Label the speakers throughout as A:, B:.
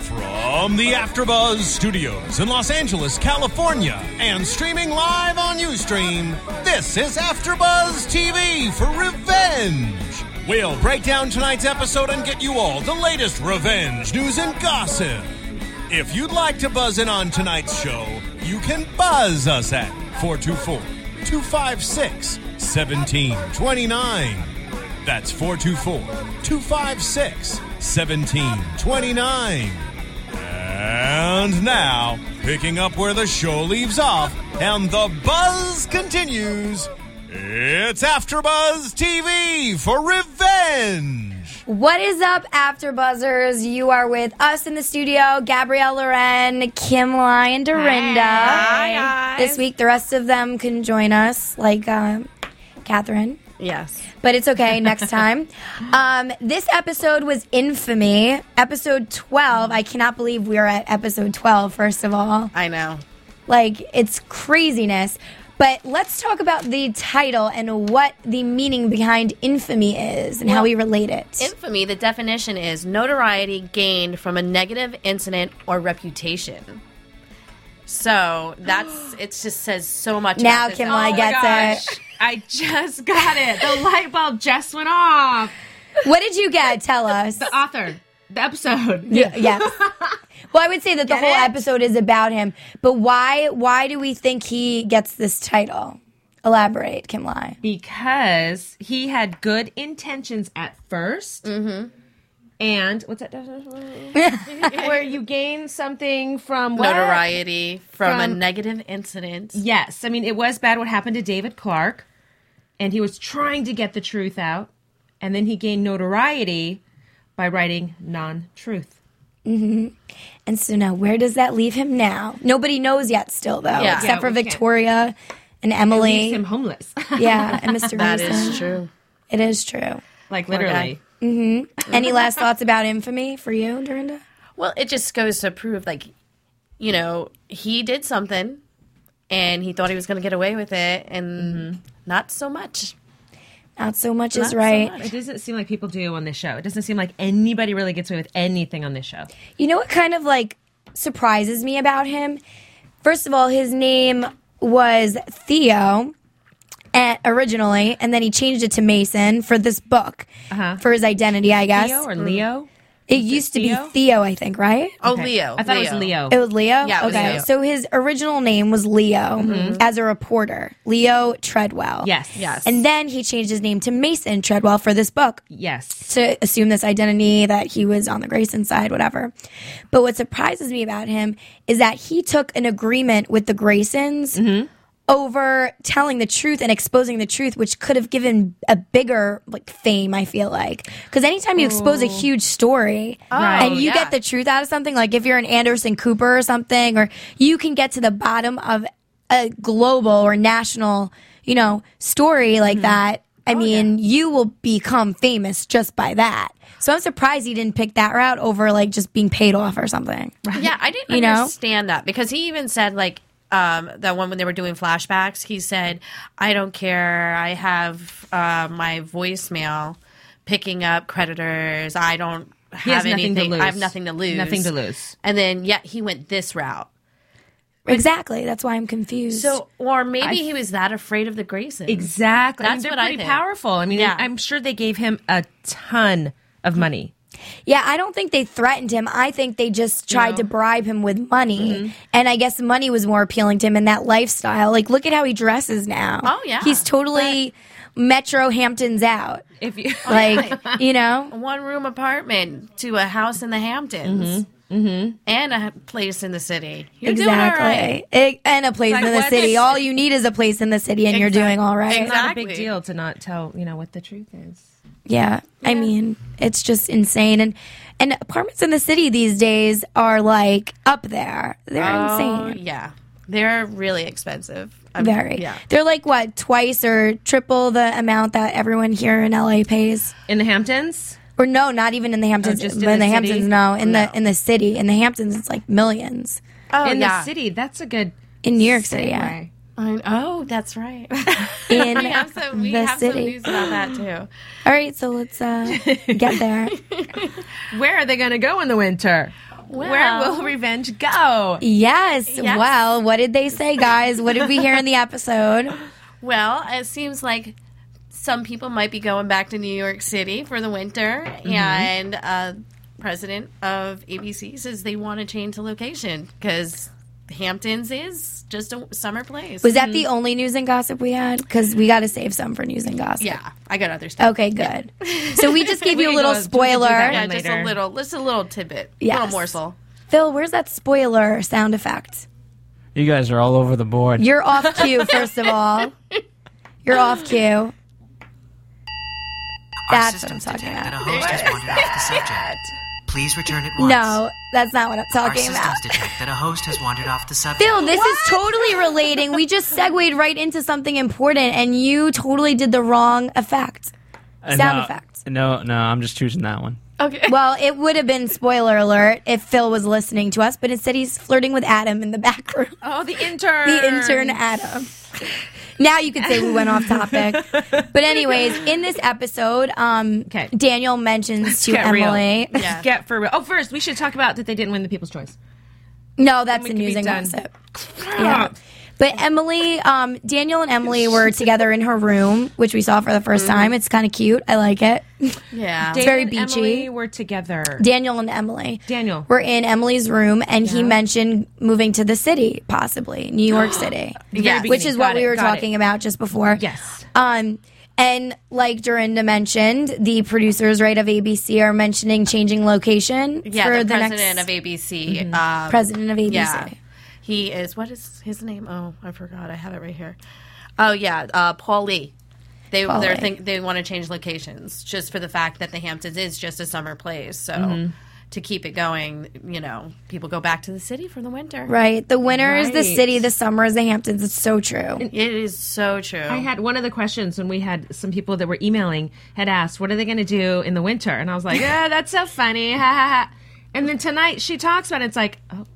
A: From the AfterBuzz Studios in Los Angeles, California, and streaming live on UStream, this is AfterBuzz TV for Revenge. We'll break down tonight's episode and get you all the latest revenge news and gossip. If you'd like to buzz in on tonight's show, you can buzz us at 424 256 1729. That's 424 256 1729. And now, picking up where the show leaves off and the buzz continues, it's AfterBuzz TV for revenge.
B: What is up, After Buzzers? You are with us in the studio, Gabrielle Loren, Kim Lai, and Dorinda.
C: Hi, guys.
B: This week, the rest of them can join us, like um, Catherine.
C: Yes.
B: But it's okay, next time. Um, this episode was infamy. Episode 12. I cannot believe we're at episode 12, first of all.
C: I know.
B: Like, it's craziness. But let's talk about the title and what the meaning behind infamy is and how we relate it.
C: Infamy, the definition is notoriety gained from a negative incident or reputation. So that's it just says so much
B: Now
C: about this. Oh
B: Kim Lai
D: my
B: gets
D: gosh.
B: it.
D: I just got it. The light bulb just went off.
B: What did you get? Tell us.
D: The author, the episode.
B: Y- yes. Well, I would say that the
D: Get
B: whole
D: it?
B: episode is about him, but why? Why do we think he gets this title? Elaborate, Kim Lai.
D: Because he had good intentions at 1st Mm-hmm. And what's that definition? Where you gain something from what?
C: notoriety from, a
D: From-
C: negative incident.
D: Yes. I mean, it was bad what happened to David Clark, and he was trying to get the truth out, and then he gained notoriety by writing non truth.
B: And so now, where does that leave him now? Nobody knows yet, still though,
C: Yeah.
B: except
D: Yeah,
B: for
D: we can't-
B: Victoria and Emily.
D: Leaves him homeless.
B: yeah, and Mr.
C: That
B: Reason.
C: is true.
B: It is true.
D: like,
C: guy.
D: literally.
B: Any last thoughts about infamy for you, Dorinda?
C: Well, it just goes to prove, like, you know, he did something, and he thought he was going to get away with it, and
D: Mm-hmm.
C: not so much.
B: Not so much
C: Not
B: is
C: so
B: right.
C: much.
D: It doesn't seem like people do on this show. It doesn't seem like anybody really gets away with anything on this show.
B: You know what kind of like surprises me about him? First of all, his name was Theo at, originally, and then he changed it to Mason for this book for his identity, I guess.
D: Theo or Leo?
B: it used to
D: Theo?
B: be Theo, I think, right?
C: Oh,
D: Okay.
C: Leo.
D: I thought it was Leo.
B: It was Leo?
C: Yeah, it was
B: okay.
C: Leo.
B: So his original name was Leo as a reporter, Leo Treadwell.
D: yes.
C: Yes.
B: And then he changed his name to Mason Treadwell for this book
D: Yes.
B: to assume this identity that he was on the Grayson side, whatever. But what surprises me about him is that he took an agreement with the Graysons over telling the truth and exposing the truth, which could have given a bigger like fame. I feel like because anytime you expose a huge story and you
C: yeah.
B: get the truth out of something, like if you're an Anderson Cooper or something, or you can get to the bottom of a global or national, you know, story like
C: Mm-hmm.
B: that.
C: Oh,
B: I mean, you will become famous just by that. So I'm surprised he didn't pick that route over like just being paid off or something.
C: Yeah, I didn't
B: You know?
C: understand that because he even said like um, that one when they were doing flashbacks. He said, "I don't care. I have uh, my voicemail picking up creditors. I don't
D: He has
C: have
D: nothing
C: anything.
D: to lose.
C: I have nothing to lose.
D: Nothing to lose.
C: And then yet he went this route.
B: Exactly. That's why I'm confused.
C: So, or maybe he was that afraid of the Graysons.
D: Exactly. I mean,
C: That's
D: they're
C: what I
D: pretty
C: think.
D: powerful. I mean,
C: Yeah.
D: I'm sure they gave him a ton of money.
B: Yeah, I don't think they threatened him. I think they just tried to bribe him with money.
C: Mm-hmm.
B: And I guess money was more appealing to him in that lifestyle. Like, look at how he dresses now.
C: Oh, yeah.
B: He's totally Metro Hamptons out.
D: If you
B: Like, you know?
C: One room apartment to a house in the Hamptons.
D: Mm-hmm.
C: And a place in the city. You're
B: exactly.
C: doing all right.
B: It- and a place
D: Like,
B: in the
D: what
B: city.
D: is-
B: All you need is a place in the city and you're doing all right.
D: it's not a big
C: Exactly.
D: deal to not tell, you know, what the truth is.
B: Yeah. I mean, it's just insane. And and apartments in the city these days are like up there. They're
C: Oh,
B: insane.
C: yeah. They're really expensive. I'm-
B: Very.
C: Yeah.
B: They're like what, twice or triple the amount that everyone here in LA pays?
D: in the Hamptons.
B: Or no, not even in the Hamptons.
D: Oh, just
B: but
D: in
B: in the,
D: the city?
B: Hamptons, no. In
C: No.
B: the in the city. In the Hamptons it's like millions.
C: Oh,
D: in
C: yeah.
D: the city, that's a good.
B: In New York City, yeah.
D: segue.
C: I- oh, that's right.
B: In
C: we have some, we
B: the
C: have some
B: city.
C: news about that too.
B: All right, so let's uh, get there.
D: Where are they going to go in the winter? Where
C: Well-
D: will revenge go?
B: Yes.
C: Yes.
B: Well, what did they say, guys? What did we hear in the episode?
C: Well, it seems like some people might be going back to New York City for the winter,
B: Mm-hmm.
C: and uh, president of ABC says they want to change the location because Hamptons is just a summer place.
B: Was that the
D: Mm-hmm.
B: only news and gossip we had? Because we got to save some for news and gossip.
C: yeah, I got other stuff.
B: Okay, good. So we just gave you a
D: can
B: little
D: go- we can do
B: spoiler.
D: that.
C: Yeah, just a
D: Later.
C: little, just a little tidbit,
B: Yes.
C: little morsel.
B: Phil, where's that spoiler sound effect?
E: You guys are all over the board.
B: You're off cue, first of all. You're off cue. That's what I'm
F: systems
B: talking
F: detect that a
B: about.
F: host has wandered off the subject. Please return at once.
B: No, that's not what I'm
F: Our
B: talking about.
F: systems detect that a host has wandered off the subject.
B: Phil, this is totally relating. We just segued right into something important, and you totally did the wrong effect.
E: And
B: sound
E: no-
B: effects.
E: No, no, I'm just choosing that one.
C: Okay.
B: Well, it would have been spoiler alert if Phil was listening to us, but instead he's flirting with Adam in the back room.
D: Oh, the intern.
B: the intern Adam. Now you could say we went off topic. But anyways, in this episode, um,
D: Okay.
B: Daniel mentions to
D: get real.
B: Emily.
C: Yeah.
D: Get for real. Oh, first we should talk about that they didn't win the People's Choice.
B: No, that's
D: We
B: the
D: could
B: news
D: be
B: and
D: done.
B: gossip. Yeah. But Emily, um, Daniel and Emily were together in her room, which we saw for the first time. It's kind of cute. I like it.
C: Yeah.
D: Daniel
B: very
D: and
B: beachy.
D: Emily were together.
B: Daniel and Emily
D: Daniel.
B: were in Emily's room, and he mentioned moving to the city, possibly New York City,
C: Yeah.
B: which is what
D: Got
B: we
D: it,
B: were
D: got it.
B: talking about just before.
D: Yes.
B: Um, and like Dorinda mentioned, the producers, right, of ABC are mentioning changing location
C: yeah,
B: for
C: the,
B: the,
C: president
B: next Mm-hmm.
C: of ABC. um,
B: president of ABC.
C: Yeah. He is, what is his name? Oh, I forgot. I have it right here. Oh, yeah. Uh, Paul Lee. They,
B: Paul
C: they're
B: Lee.
C: think, they want to change locations just for the fact that the Hamptons is just a summer place. So
B: Mm-hmm.
C: to keep it going, you know, people go back to the city for the winter.
B: Right. The winter is the
D: Right.
B: city, the summer is the Hamptons. It's so true.
C: It is so true.
D: I had one of the questions when we had some people that were emailing had asked, "What are they going to do in the winter?" And I was like, "Yeah, that's so funny." Ha ha ha. And then tonight she talks about it. It's like, "Oh,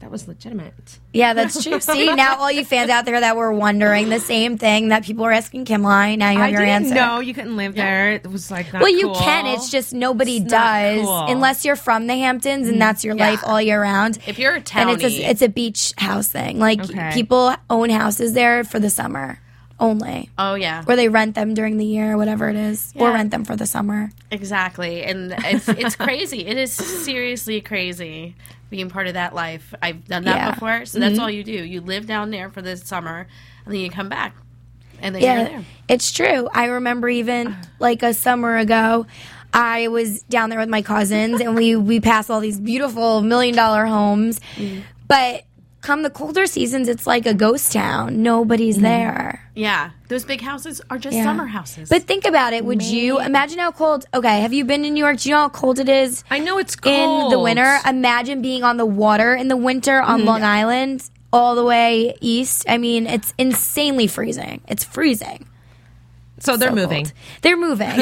D: that was legitimate."
B: Yeah, that's true. See, now all you fans out there that were wondering the same thing that people were asking Kim Line, now you have
D: I
B: your
D: didn't
B: answer.
D: know you couldn't live there. It was like, not
B: Well, you
D: cool.
B: can. It's just nobody
D: not
B: does
D: cool. Mm,
B: unless you're from the Hamptons and that's your life all year round.
C: If you're a
B: and it's
C: townie.
B: a, it's a beach house thing. Like
D: Okay.
B: people own houses there for the summer only,
C: oh, yeah.
B: or they rent them during the year, whatever it is, or
C: Yeah.
B: rent them for the summer.
C: Exactly. And it's, it's crazy. It is seriously crazy being part of that life. I've done that
B: Yeah. Mm-hmm.
C: before. So that's all you do. You live down there for the summer and then you come back. And then you're
B: Yeah,
C: there.
B: it's true. I remember even like a summer ago, I was down there with my cousins and we we passed all these beautiful million dollar homes, but come the colder seasons, it's like a ghost town. Nobody's there.
C: Yeah, those big houses are just
B: Yeah.
C: summer houses.
B: But think about it. Would you imagine how cold? Okay, have you been to New York? Do you know how cold it is
D: I know it's cold
B: in the winter? Imagine being on the water in the winter on Long Island, all the way east. I mean, it's insanely freezing. It's freezing.
D: So they're
B: So
D: moving.
B: cold. They're moving.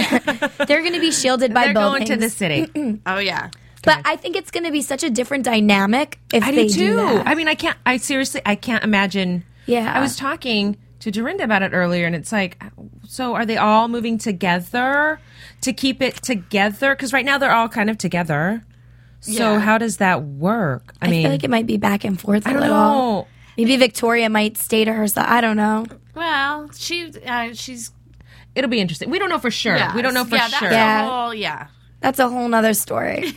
B: They're going to be shielded by
D: They're
B: buildings.
D: going to the city.
C: oh yeah,
B: But I think it's going to be such a different dynamic if
D: I
B: they
D: do
B: do,
D: too.
B: that.
D: I mean, I can't. I seriously, I can't imagine.
B: Yeah.
D: I was talking to Dorinda about it earlier, and it's like, so are they all moving together to keep it together? Because right now they're all kind of together. So
C: Yeah.
D: how does that work? I,
B: I
D: mean,
B: feel like it might be back and forth a
D: I don't
B: little.
D: know.
B: Maybe Victoria might stay to herself. I don't know.
C: well, she uh, she's
D: It'll be interesting. We don't know for sure.
C: yeah.
D: We don't know for
C: yeah,
D: sure.
C: That's
B: Yeah.
C: A whole, yeah,
B: That's a whole nother story.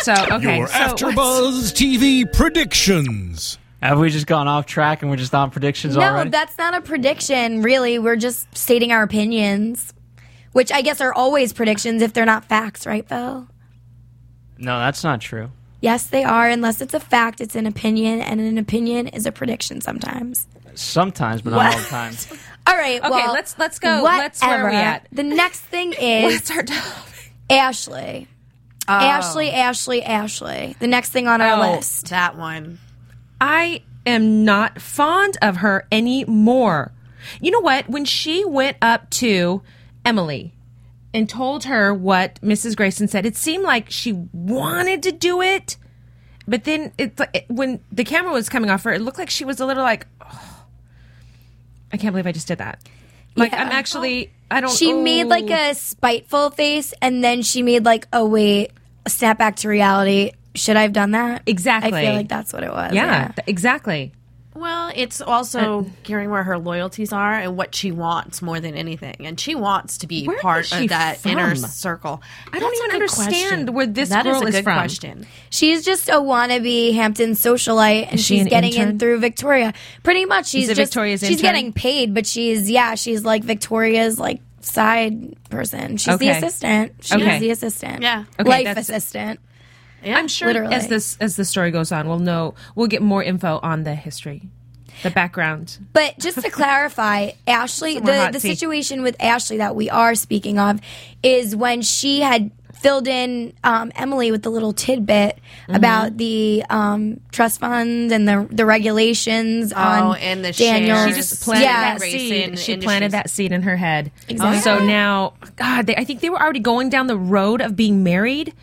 D: So okay.
A: Your
D: so
A: AfterBuzz TV predictions.
E: Have we just gone off track and we're just on predictions
B: No,
E: already?
B: that's not a prediction, really. We're just stating our opinions, which I guess are always predictions if they're not facts, right, Phil?
E: no, that's not true.
B: Yes, they are. Unless it's a fact, it's an opinion, and an opinion is a prediction sometimes.
E: Sometimes, but not all the time.
B: All right. Okay,
D: let's- let's go. Let's- where are we at?
B: The next thing is
D: What's our
B: Ashley. Ashley, Ashley, Ashley. The next thing on our
D: Oh.
B: list.
C: that one.
D: I am not fond of her anymore. You know what? When she went up to Emily and told her what Mrs. Grayson said, it seemed like she wanted to do it, but then it, it when the camera was coming off her, it looked like she was a little like, "Oh, I can't believe I just did that. Like
B: Yeah.
D: I'm actually, I don't.
B: She made like
D: ooh.
B: a spiteful face and then she made like, oh wait, a snap back to reality. Should I have done that?
D: Exactly.
B: I feel like that's what it was.
D: yeah, th- exactly.
C: Well, it's also hearing where her loyalties are and what she wants more than anything. And she wants to be
D: Where is
C: part
D: she
C: of that
D: from?
C: inner circle.
D: I don't
C: That's a
D: even
C: good
D: understand
C: question.
D: where this
C: That
D: girl
C: a
D: is
C: good
D: from.
C: question.
B: She's just a wannabe Hampton socialite and
D: Is she
B: she's
D: an
B: getting
D: intern?
B: in through Victoria. Pretty much she's
D: it
B: just
D: Victoria's
B: she's
D: intern?
B: getting paid, but she's yeah, she's like Victoria's like side person. She's
D: Okay.
B: the assistant. She's
D: Okay.
B: the assistant.
C: Yeah.
D: Okay,
B: Life
D: that's-
B: assistant.
C: Yeah.
D: I'm sure
B: Literally.
D: as this as the story goes on, we'll know we'll get more info on the history, the background.
B: But just to clarify, Ashley,
D: Somewhere
B: the,
D: hot
B: the
D: seat.
B: situation with Ashley that we are speaking of is when she had filled in um, Emily with the little tidbit
D: Mm-hmm.
B: about the um, trust fund and the the regulations
D: Oh,
B: on
C: and the
B: Daniel's.
C: shares.
D: She just planted
B: Yeah.
D: that
C: Race
D: seed.
C: in
D: she
C: industries.
D: planted that seed in her head.
B: Exactly.
D: So now, God, they, I think they were already going down the road of being married,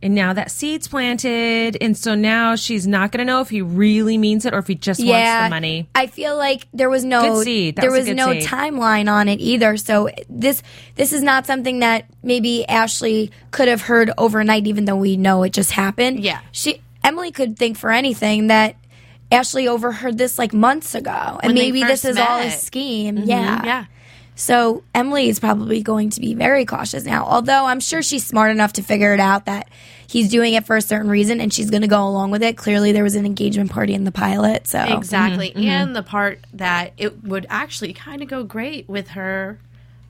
D: and now that seed's planted, and so now she's not going to know if he really means it or if he just wants the money.
B: I feel like there was no
D: Good seed. That
B: there
D: was
B: was
D: a good
B: no
D: seed.
B: timeline on it either. So this this is not something that maybe Ashley could have heard overnight, even though we know it just happened.
C: Yeah.
B: she Emily could think for anything that Ashley overheard this like months ago, and
C: When they
B: maybe this is
C: first
B: all a
C: met.
B: scheme. Yeah,
C: Yeah.
B: So Emily is probably going to be very cautious now. Although I'm sure she's smart enough to figure it out that he's doing it for a certain reason, and she's going to go along with it. Clearly, there was an engagement party in the pilot, so
C: Exactly. And the part that it would actually kind of go great with her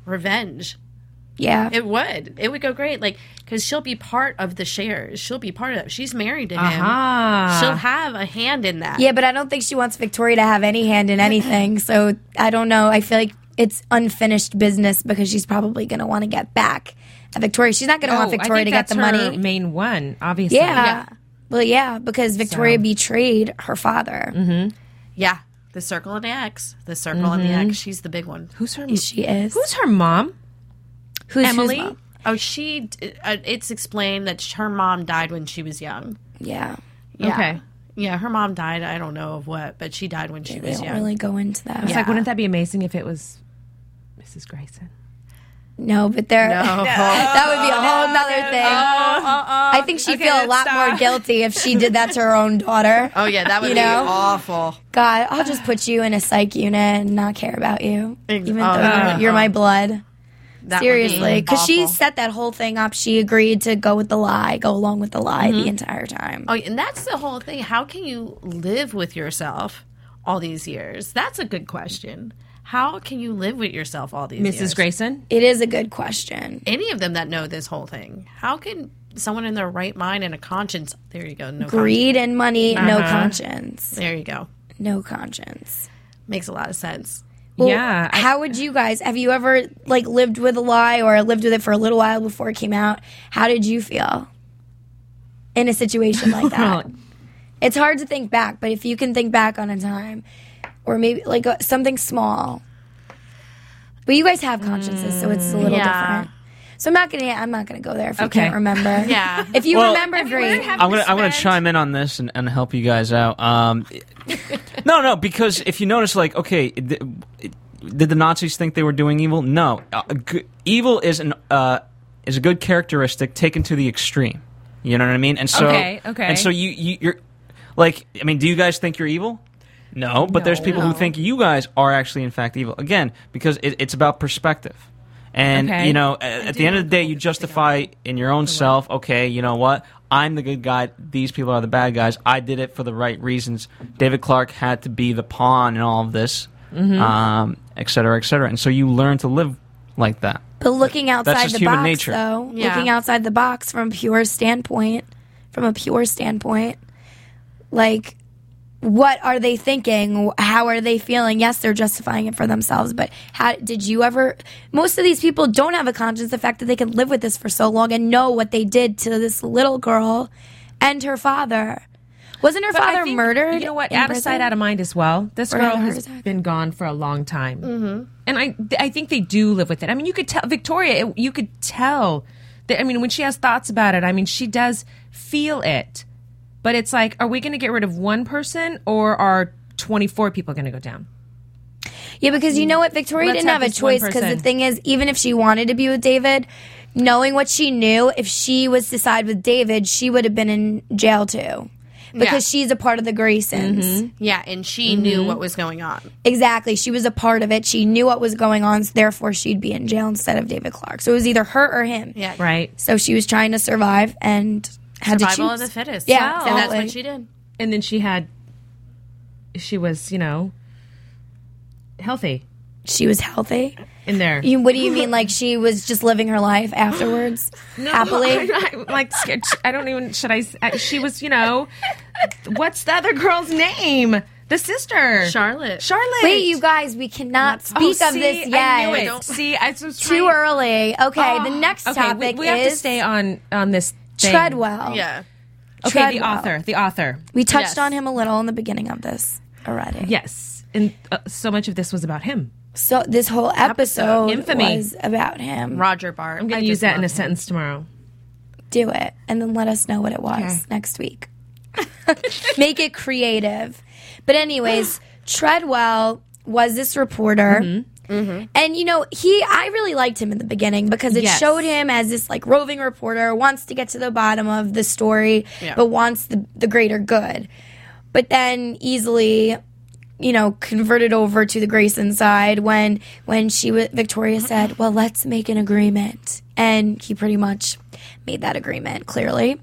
C: revenge.
B: yeah.
C: It would. It would go great. Like, because she'll be part of the shares. She'll be part of that. She's married to him.
D: Ah.
C: She'll have a hand in that.
B: Yeah, but I don't think she wants Victoria to have any hand in anything. So I don't know. I feel like it's unfinished business because she's probably going to want to get back at Victoria. She's not going to
D: Oh,
B: want Victoria to get
D: that's
B: the
D: her
B: money.
D: Main one, obviously.
B: yeah. Well, yeah, because Victoria betrayed her father.
D: Mm-hmm.
C: Yeah. The circle and the X. The circle and the X. She's the big one.
D: Who's her?
B: She is.
D: Who's her mom?
B: Who's
D: Emily?
B: mom?
C: Oh, she. d- uh, It's explained that her mom died when she was young.
B: yeah.
C: Yeah.
D: Okay.
C: Yeah, her mom died. I don't know of what, but she died when she
B: They
C: was
B: don't
C: young.
B: really go into that.
D: It's like, wouldn't that be amazing if it was Mrs. Grayson?
B: No, but there.
C: Oh.
B: that would be a whole
D: Oh,
B: nother thing.
D: uh,
B: I think she'd feel a lot more guilty if she did that to her own daughter.
C: Oh yeah, that would
B: You
C: be
B: know?
C: awful.
B: God, I'll just put you in a psych unit and not care about you, even though you're, you're my blood.
C: oh, That would be
B: Seriously, because she
C: awful.
B: set that whole thing up. She agreed to go with the lie, go along with the lie the entire time.
C: Oh, and that's the whole thing. How can you live with yourself all these years? That's a good question. How can you live with yourself all these years?
D: Mrs. Grayson?
B: It is a good question.
C: Any of them that know this whole thing. How can someone in their right mind and a conscience? There you go. No conscience.
B: Greed and money, no
C: Uh-huh.
B: conscience.
C: There you go.
B: No conscience.
C: Makes a lot of sense.
B: Well,
D: Yeah, I-
B: How would you guys? Have you ever like lived with a lie or lived with it for a little while before it came out? How did you feel in a situation like that? it's hard to think back, but if you can think back on a time, or maybe like uh, something small. But you guys have consciences, so it's a little
C: Yeah.
B: different. So I'm not gonna. I'm not gonna go there if you
D: Okay.
B: can't remember.
C: Yeah.
B: If you
E: Well-
B: remember, great.
E: I'm gonna I'm gonna chime in on this and, and help you guys out. Um, no, no, because if you notice, like, okay, th- did the Nazis think they were doing evil? No, uh, g- evil is an uh, is a good characteristic taken to the extreme. You know what I mean? And so,
D: Okay, okay.
E: and so you, you you're like, I mean, do you guys think you're evil? No, but there's people who think you guys are actually, in fact, evil. Again, because it, it's about perspective. And,
D: Okay.
E: you know, a- at, the end of the day, you justify in your own self, okay, you know what? I'm the good guy. These people are the bad guys. I did it for the right reasons. David Clark had to be the pawn in all of this, um, et cetera, et cetera. And so you learn to live like that.
B: But looking outside
E: just
B: the
E: human
B: box,
E: nature.
B: though,
C: Yeah.
B: looking outside the box from pure standpoint, from a pure standpoint, like what are they thinking? How are they feeling? Yes, they're justifying it for themselves, but how did you ever? Most of these people don't have a conscience. The fact that they can live with this for so long and know what they did to this little girl and her father. Wasn't her
D: But I
B: father
D: think,
B: murdered?
D: You know what?
B: in
D: Out of
B: prison?
D: sight, out of mind as well. This
B: Or had
D: girl
B: a heart
D: has
B: attack.
D: been gone for a long time, mm-hmm. and I I think they do live with it. I mean, you could tell Victoria. It, you could tell. That, I mean, when she has thoughts about it, I mean, she does feel it. But it's like, are we going to get rid of one person, or are twenty four people going to go down?
B: Yeah, because you know what? Victoria
D: Let's
B: didn't
D: have
B: have, a
D: this one
B: choice because the
D: person.
B: thing is, even if she wanted to be with David, knowing what she knew, if she was to side with David, she would have been in jail too. Because she's a part of the Graysons.
C: Yeah, and she
D: Mm-hmm.
C: knew what was going on.
B: Exactly. She was a part of it. She knew what was going on. So therefore, she'd be in jail instead of David Clark. So it was either her or him.
C: Yeah.
D: Right.
B: So she was trying to survive and had
C: Survival
B: to
C: of
B: choose.
C: the fittest.
B: Yeah,
C: and that's
B: exactly.
C: what she did.
D: and then she had she was you know healthy
B: she was healthy.
D: in there
B: You, what do you mean? Like she was just living her life afterwards happily?
D: I'm not- I'm, like scared i don't even should i s- I- she was you know what's the other girl's name the sister
C: Charlotte.
D: charlotte
B: Wait, you guys, we cannot
D: Oh,
B: speak of
D: see,
B: this yet.
D: I knew it.
C: Don't-
D: see i was
B: Too
D: trying-
B: early. Okay, the next
D: okay,
B: topic
D: we, we
B: is
D: have to stay on on this thing. Oh.
B: Treadwell.
C: Yeah.
D: okay the
B: Treadwell.
D: author the author
B: We touched
C: Yes.
B: on him a little in the beginning of this already.
D: yes and uh, so much of this was about him
B: So this whole episode,
D: Infamy.
B: was about him.
C: Roger Bart.
D: i'm gonna use that in a sentence tomorrow
B: Do it, and then let us know what it was next week. Make it creative. But anyways, Treadwell was this reporter. And you know, he I really liked him in the beginning because it
D: Yes.
B: showed him as this like roving reporter, wants to get to the bottom of the story, but wants the, the greater good. But then easily, you know, converted over to the Grayson side when when she was Victoria said, Well, let's make an agreement. And he pretty much made that agreement, clearly.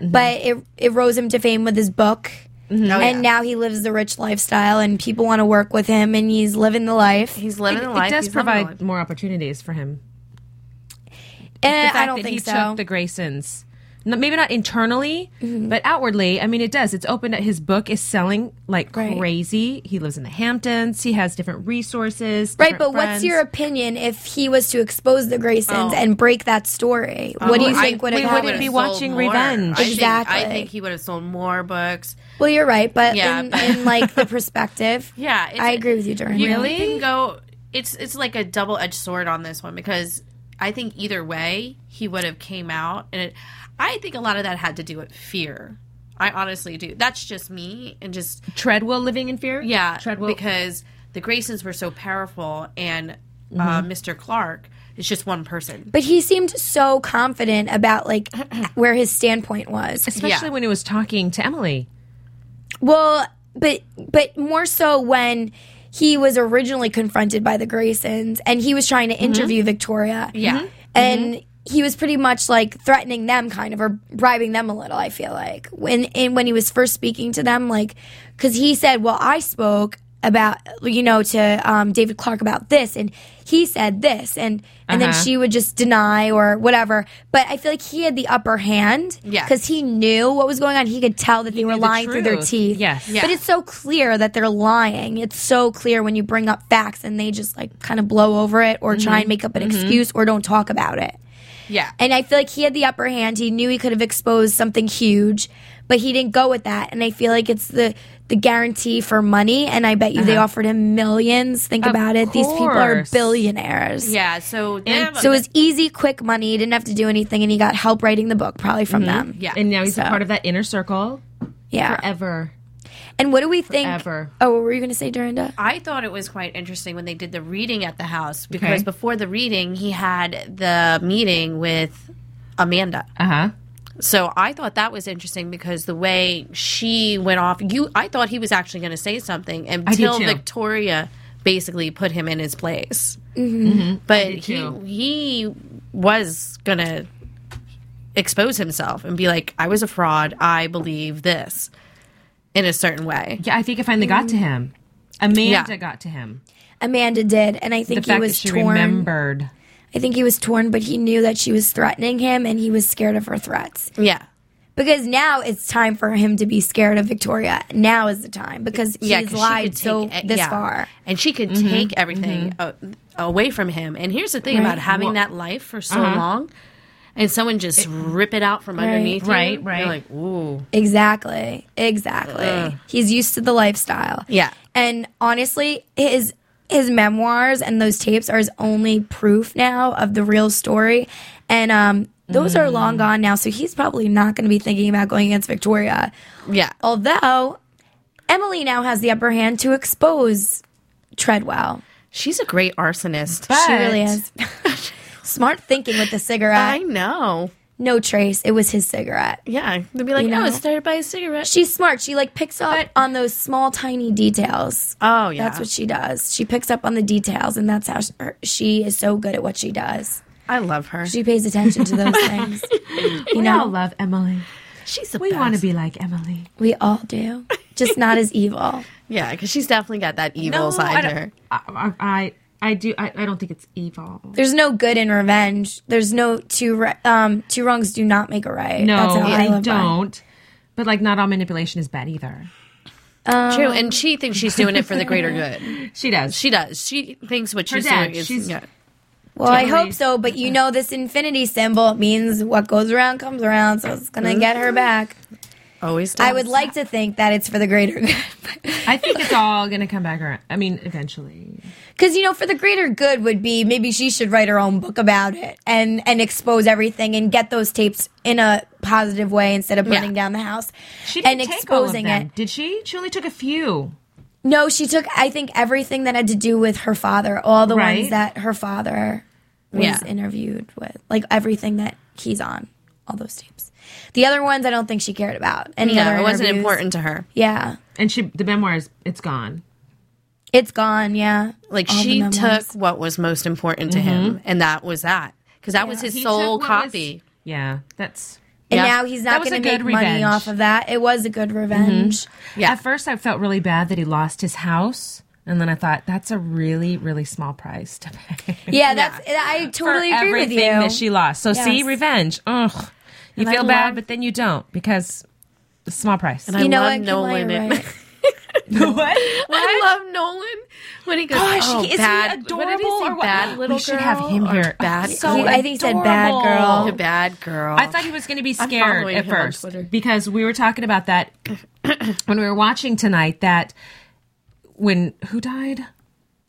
D: Mm-hmm.
B: But it it rose him to fame with his book. and now he lives the rich lifestyle and people want to work with him and he's living the life.
C: He's living
D: it,
C: a
D: it
C: life.
D: does
C: He's living a
D: provide
C: life.
D: more opportunities for him
B: Eh,
D: the fact
B: I don't
D: that
B: think
D: he
B: so.
D: took the Graysons. No- Maybe not internally,
B: Mm-hmm.
D: but outwardly. I mean, it does. It's opened. His book is selling like
B: Right.
D: crazy. He lives in the Hamptons. He has different resources.
B: right, but
D: different
B: what's
D: friends. Oh.
B: your opinion if he was to expose the Graysons and break that story? what do you
C: I-
B: think would
C: we
B: have
C: would've
B: happened?
D: be
C: sold
D: watching
C: more.
D: Revenge.
C: I think-
B: Exactly.
C: I think he would have sold more books.
B: well, you're right, but,
C: Yeah,
B: in,
C: but-
B: in like the perspective,
C: Yeah,
B: I agree with you, Jordan.
C: You
D: Really?
C: can go. It's it's like a double edged sword on this one because I think either way he would have came out, and it, I think a lot of that had to do with fear. I honestly do. That's just me, and just
D: Treadwell living in fear?
C: yeah,
D: Treadwell.
C: because the Graysons were so powerful, and uh,
D: Mm-hmm.
C: Mr. Clark is just one person.
B: But he seemed so confident about like where his standpoint was.
D: especially
C: yeah.
D: when he was talking to Emily.
B: Well, but but more so when he was originally confronted by the Graysons and he was trying to interview Victoria.
C: Mm-hmm. Yeah. Mhm.
B: And he was pretty much like threatening them kind of or bribing them a little, I feel like. When and when he was first speaking to them like cuz he said, "Well, I spoke about you know to um, David Clark about this and he said this and and then
C: Uh-huh.
B: she would just deny or whatever but I feel like he had the upper hand
C: Yeah.
B: cuz he knew what was going on he could tell that they were
D: knew the
B: lying through their
D: truth.
B: teeth
D: Yes.
C: Yeah.
B: but it's so clear that they're lying. It's so clear when you bring up facts and they just like kind of blow over it or try
D: Mm-hmm.
B: and make up an excuse or don't talk about it.
C: Yeah,
B: And I feel like he had the upper hand. He knew he could have exposed something huge, but he didn't go with that. And I feel like it's the the guarantee for money. And I bet you they offered him millions. Think about it. These people are
D: Uh-huh. course.
B: billionaires.
C: yeah. So them-
B: So it was easy, quick money. He didn't have to do anything, and he got help writing the book, probably from them.
C: yeah,
D: And now he's a
B: So-
D: part of that inner circle
B: yeah.
D: Mm-hmm. forever.
B: And what do we think?
D: Forever.
B: Oh, what were you going to say, Dorinda?
C: I thought it was quite interesting when they did the reading at the house because
D: Okay.
C: before the reading, he had the meeting with Amanda.
D: Uh
B: Uh-huh.
D: huh.
C: So I thought that was interesting because the way she went off, you, I thought he was actually going to say something
D: did
C: until
D: too.
C: Victoria basically put him in his place. But he
D: Mm-hmm. too.
C: he was going to expose himself and be like, "I was a fraud. I believe this." In a certain way,
D: Yeah, I think it finally got to
B: Mm.
D: him. Amanda
C: Yeah.
D: got to him.
B: Amanda did, and I
D: The
B: think he
D: fact
B: was
D: that she
B: torn.
D: remembered.
B: I think he was torn, but he knew that she was threatening him, and he was scared of her threats.
C: yeah,
B: Because now it's time for him to be scared of Victoria. Now is the time because he's
C: 'cause she could
B: lied
C: take
B: so
C: it-
B: this
C: yeah.
B: far. Mm-hmm.
C: and she could take
B: Uh-huh.
C: everything a- away from him. And here's the thing about having that life for so long, and someone just rip it out from underneath you,
D: Right, right.
C: You're like, ooh,
B: Exactly. Exactly. He's used to the lifestyle.
C: Yeah.
B: And honestly, his his memoirs and those tapes are his only proof now of the real story. And um those are
C: Mm.
B: long gone now, so he's probably not going to be thinking about going against Victoria.
C: yeah.
B: Although Emily now has the upper hand to expose Treadwell.
C: She's a great arsonist.
B: she really is. Smart thinking with the
C: I
B: cigarette.
C: know.
B: no trace. It was his cigarette.
C: Yeah, they'd be like,
B: You know?
C: oh, it's started by a cigarette.
B: She's smart. She like picks up on those small, tiny details.
C: oh yeah,
B: That's what she does. She picks up on the details, and that's how she, her, she is so good at what she does.
C: I love her.
B: She pays attention to those things. You
D: We all
B: know,
D: love Emily.
C: she's the
D: We want to
C: best.
D: be like Emily.
B: we all do, just not as evil.
C: Yeah, because she's definitely got that evil
D: I
C: side to her.
D: don't- I, I, I do. I, I don't think it's evil.
B: There's no good in revenge. There's no two ri- um, two wrongs do not make a right.
D: No,
B: that's how I,
D: I,
B: live by.
D: don't. But like, not all manipulation is bad either.
C: True,
B: Um,
C: and she thinks she's doing it for the greater good.
D: She does.
C: She does. She thinks what
D: Her
C: she's
D: dad,
C: doing is
D: she's-
C: yeah.
B: Well, I
D: Totally.
B: hope so, but you know this infinity symbol means what goes around comes around, so it's gonna get
D: Mm-hmm.
B: her back.
C: always. Does.
B: I would like to think that it's for the greater good.
D: I think it's all gonna come back around. I mean, eventually.
B: Because you know, for the greater good would be maybe she should write her own book about it and and expose everything and get those tapes in a positive way instead of burning
C: Yeah.
B: down the house
D: She
B: and
D: didn't take all of
B: exposing
D: them,
B: it.
D: Did she? She only took a few.
B: No, she took I think everything that had to do with her father, all the
D: Right.
B: ones that her father was
C: Yeah.
B: interviewed with, like everything that he's on, all those tapes. The other ones I don't think she cared about. Any other
C: No, it wasn't
B: interviews.
C: important to her.
B: Yeah,
D: And she, the memoirs, it's gone.
B: it's gone. Yeah,
C: Like
B: All the
C: she
B: memoirs.
C: took what was most important to him, and that was that because that was his
D: He
C: sole
D: took what was-
C: copy.
D: yeah, that's.
B: and
C: Yeah.
B: now he's
D: That
B: not
D: was
B: going
D: a
B: to
D: good
B: make money
D: revenge. Mm-hmm.
B: off of that. It was a good revenge.
C: Yeah.
D: At first, I felt really bad that he lost his house, and then I thought that's a really, really small price to pay.
B: Yeah, that's. I totally
D: for
B: agree with
D: everything
B: you.
D: that she lost. So see,
B: Yes.
D: revenge. Ugh, you
C: I
D: feel bad,
C: love-
D: but then you don't because it's a small price.
C: And I
B: you know
C: love
B: what?
C: Nolan.
B: Kamala, you're
C: in-
B: right.
D: what?
C: I love Nolan when he goes.
D: Gosh,
C: oh,
D: he- is he
C: bad. what did he
D: adorable
C: say?
D: or what?
C: Bad little
D: We should
C: girl
D: have him
C: or
D: here.
C: Bad.
D: So
B: He- I think he said bad
D: adorable.
B: girl.
C: bad girl.
D: I thought he was going to be scared
C: following
D: at
C: him on
D: first
C: Twitter.
D: because we were talking about that when we were watching tonight. That when who died,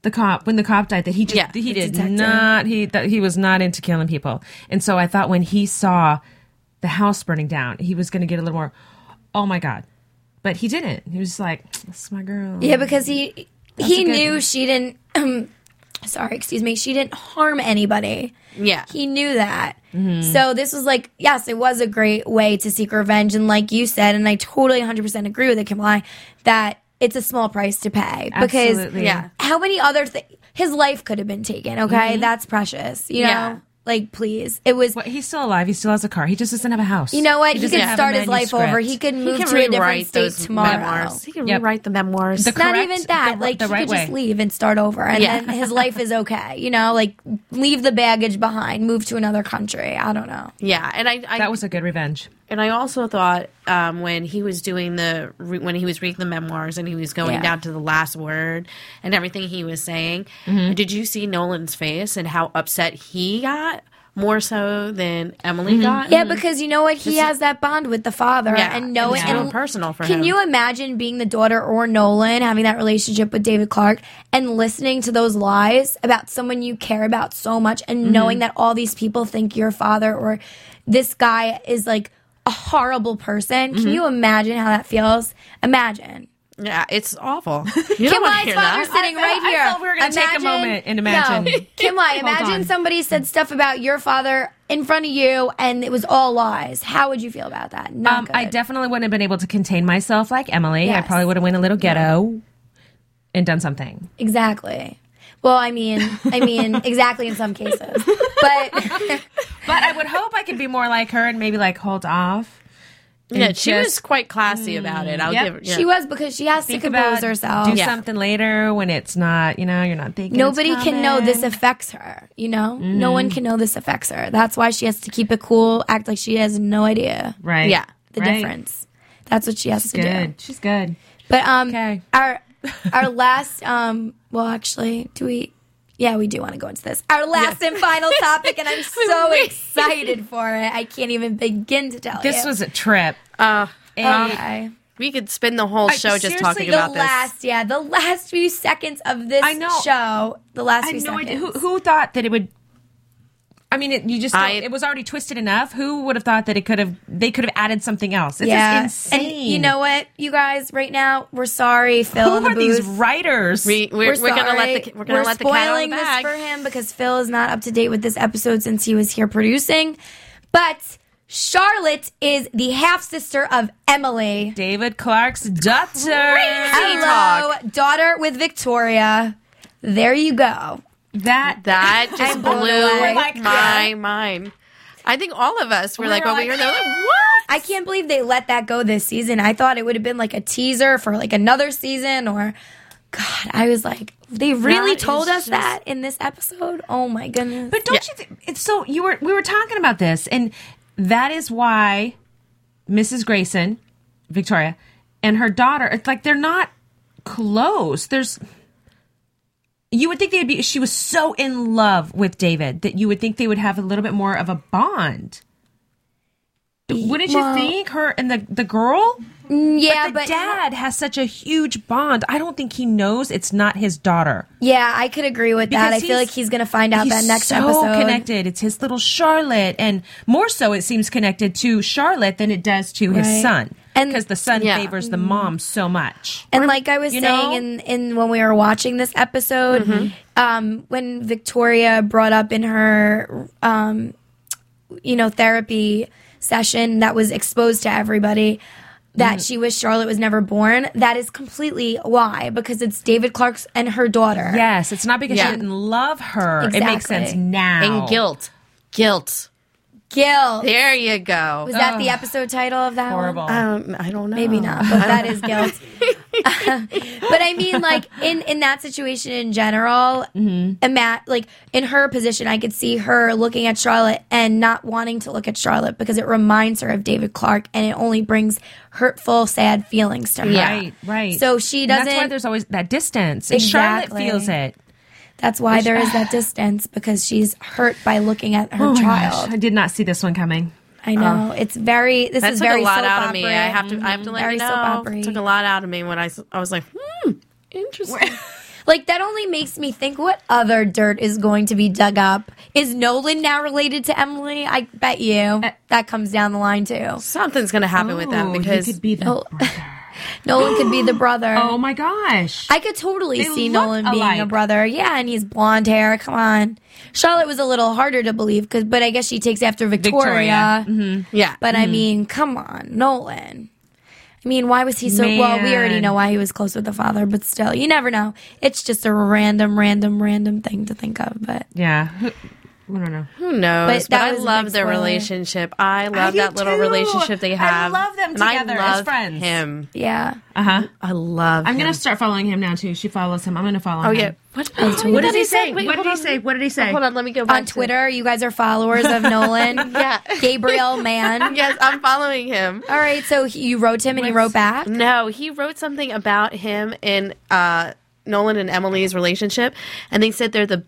D: the cop when the cop died, that he just
C: Yeah,
B: the
D: he did
B: detective.
D: not he that he was not into killing people, and so I thought when he saw the house burning down, he was going to get a little more. Oh my god. But he didn't. He was just like, "This is my girl."
B: Yeah, because he he
D: a good-
B: knew she didn't. Um, sorry, excuse me. She didn't harm anybody.
C: Yeah.
B: He knew that.
D: Mm-hmm.
B: So this was like, yes, it was a great way to seek revenge, and like you said, and I totally 100 percent agree with it, Kamala, that it's a small price to pay because
D: Absolutely.
C: Yeah.
B: how many other things his life could have been taken? Okay,
D: Mm-hmm.
B: that's precious. You
C: Yeah.
B: know, like please, it was.
D: But he's still alive. He still has a car. He just doesn't have a house.
B: You know what?
D: He
B: He,
D: doesn't
B: could
D: have a
B: start his life
D: manuscript.
B: over. He could move
C: can
B: to a different
C: rewrite
B: state
C: those
B: tomorrow.
C: memoirs. He can
D: Yep.
C: rewrite the memoirs.
D: The
B: Not
D: Correct.
B: even that.
D: The-
B: like
D: the
B: he
D: right
B: could just
D: way.
B: leave and start over, and
C: Yeah.
B: then his life is okay. You know, like leave the baggage behind, move to another country. I don't know.
C: Yeah, and I, I
D: That was a good revenge.
C: and I also thought um, when he was doing the re- when he was reading the memoirs and he was going
B: Yeah.
C: down to the last word and everything he was saying. Did you see Nolan's face and how upset he got more so than Emily got?
B: Yeah, because you know what? He has that bond with the father,
C: Mm-hmm. Yeah,
B: and know
C: it's
B: it.
C: real
B: and
C: personal for
B: Can
C: him.
B: you imagine being the daughter or Nolan having that relationship with David Clark and listening to those lies about someone you care about so much, and
C: Mm-hmm.
B: knowing that all these people think your father or this guy is like a horrible person?
C: Mm-hmm.
B: Can you imagine how that feels? Imagine.
C: Yeah, it's awful. You
B: Kim
C: don't want to
B: Y's
C: hear
B: father
C: that.
B: sitting
D: I
B: right
D: felt- I
B: here.
D: felt we were gonna take a moment and imagine.
B: No. Kim Y,
D: on.
B: imagine somebody said stuff about your father in front of you and it was all lies. How would you feel about that? Not
D: Um, I
B: good.
D: definitely wouldn't have been able to contain myself like Emily. I
B: Yes.
D: probably would have went a little ghetto and done something.
B: exactly. Well, I mean, I mean, exactly in some cases. But
D: But I would hope I could be more like her and maybe like hold off.
C: Yeah, she
D: just-
C: was quite classy about it. I'll
D: Yep.
C: give her. Yeah.
B: she was because she has to compose herself.
D: do
C: Yeah.
D: something later when it's not. You know, you're not thinking. it's
B: Nobody can know
D: coming.
B: this affects her, you know? No
D: Mm.
B: one can know this affects her. That's why she has to keep it cool, act like she has no idea
D: right?
C: Yeah.
B: the
D: Right.
B: difference. That's what she has to do.
D: Good. She's good.
B: But um,
D: Okay.
B: our our last um, well, actually, do we? Yeah, we do want to go into this. Our last and final topic, and I'm so excited for it. I can't even begin to tell
D: This
B: you.
D: was a trip.
C: Uh,
B: Okay.
C: we could spend the whole show just
D: seriously,
C: talking
B: the
C: about this.
B: last, yeah, the last few seconds of this
D: I know.
B: show. The last
D: I
B: few
D: had no
B: seconds.
D: idea. Who, who thought that it would? I mean, it, you just
C: I-
D: don't- it was already twisted enough. Who would have thought that it could have? They could have added something else. It's
B: yeah,
D: just insane.
B: and you know what, you guys, right now we're sorry, Phil. in
D: who
B: the
D: are these
B: booth.
D: writers?
C: We, we're, we're, gonna let the
B: sorry.
C: we're gonna let the cat out of
B: spoiling
C: the
B: this for
C: bag.
B: him because Phil is not up to date with this episode since he was here producing. But Charlotte is the half sister of Emily.
D: David Clark's daughter.
B: Hello, daughter with Victoria. There you go.
D: That
C: That just
B: I'm
C: blew
B: blown away.
D: Like
C: my
D: that.
C: mind. I think all of us were like,
D: were
C: when we
D: like,
C: were there, like, what?
B: I can't believe they let that go this season. I thought it would have been like a teaser for like another season or God, I was like, they really
C: That
B: told
C: is
B: us
C: just-
B: that in this episode. Oh my goodness.
D: But don't you think it's so you were we were talking about this and that is why Mrs. Grayson, Victoria, and her daughter, it's like they're not close. There's you would think they'd be she was so in love with David that you would think they would have a little bit more of a bond. Wouldn't you
B: Well-
D: think her and the the girl?
B: yeah,
D: the dad has such a huge bond. I don't think he knows it's not his daughter.
B: yeah, I could agree with that. I feel like he's going to find out
D: he's
B: that next
D: so
B: episode.
D: connected. It's his little Charlotte, and more so, it seems connected to Charlotte than it does to
B: Right.
D: his son,
B: And- Mm.
D: because the son
C: Yeah.
D: favors the mom so much.
B: And like I was
D: you
B: saying
D: know? Mm-hmm.
B: in, in when we were watching this episode, um, when Victoria brought up in her um, you know therapy session that was exposed to everybody that
D: Mm.
B: she wished Charlotte was never born. That is completely why because it's David Clark's and her daughter.
D: Yes, it's not because
C: Yeah.
D: she didn't love her. It makes
B: Exactly.
D: sense now.
C: And guilt. Guilt.
B: guilt.
C: There you go.
B: Was that the episode title of that one?
D: Horrible.
C: Um, I don't know.
B: Maybe not, but that is guilt. but I mean, like in in that situation in general,
C: Mm-hmm.
B: ima- like in her position, I could see her looking at Charlotte and not wanting to look at Charlotte because it reminds her of David Clark, and it only brings hurtful, sad feelings to her.
C: Yeah.
D: Right, right.
B: So she
D: That's why
B: doesn't-
D: there's always that distance. And
B: Exactly.
D: Charlotte feels it.
B: That's why there is that distance because she's hurt by looking at her
D: Oh my
B: child.
D: gosh, I did not see this one coming.
B: I know it's very. This
C: Oh. That
B: is
C: took
B: very
C: a lot
B: soap
C: out of me. I
B: opera. Mm-hmm.
C: have to. I have to let
B: Very
C: you
B: soap
C: know.
B: opera-y.
C: Took a lot out of me when I. s- I was like, hmm, interesting.
B: Like that only makes me think what other dirt is going to be dug up. Is Nolan now related to Emily? I bet you
D: Eh.
B: that comes down the line too.
C: Something's gonna happen with
D: Ooh,
C: them
D: you
C: because
D: could be the
B: Oh.
D: brother.
B: Nolan could be the brother.
D: Oh my gosh.
B: I could totally
D: They
B: see
D: look
B: Nolan being a
D: alike.
B: brother. Yeah, and he's blonde hair. Come on. Charlotte was a little harder to believe cuz but I guess she takes after Victoria.
D: Victoria. Mm-hmm.
C: yeah.
B: But I mean, come on, Nolan. I mean, why was he so well, we already
D: Man.
B: know why he was close with the father, but still, you never know. It's just a random random random thing to think of, but
D: yeah. Who- I don't know.
C: Who knows?
B: But
C: But,
B: that
C: I
B: was a
C: love
B: big
C: their
B: spoiler.
C: relationship. I
D: I
C: love
D: do
C: that little
D: too.
C: relationship they
D: I
C: have.
D: love them
C: And I
D: together as
C: love
D: friends.
C: Him.
B: yeah.
D: Uh huh.
C: I love.
D: I'm
C: him.
D: gonna start following him now too. She follows him. I'm gonna follow
C: Oh
D: him.
C: yeah. What, did
D: What did
C: he
D: he
C: say?
D: say?
C: Wait,
D: What
C: hold
D: did he
C: on.
D: say? What did he say?
C: Hold on. Let me go back
B: on
C: to-
B: Twitter. You guys are followers of Nolan.
C: Yeah.
B: Gabriel Mann.
C: yes, I'm following him.
B: All right, so he, you wrote to him and he wrote back.
C: No, he wrote something about him and uh, Nolan and Emily's relationship, and they said they're the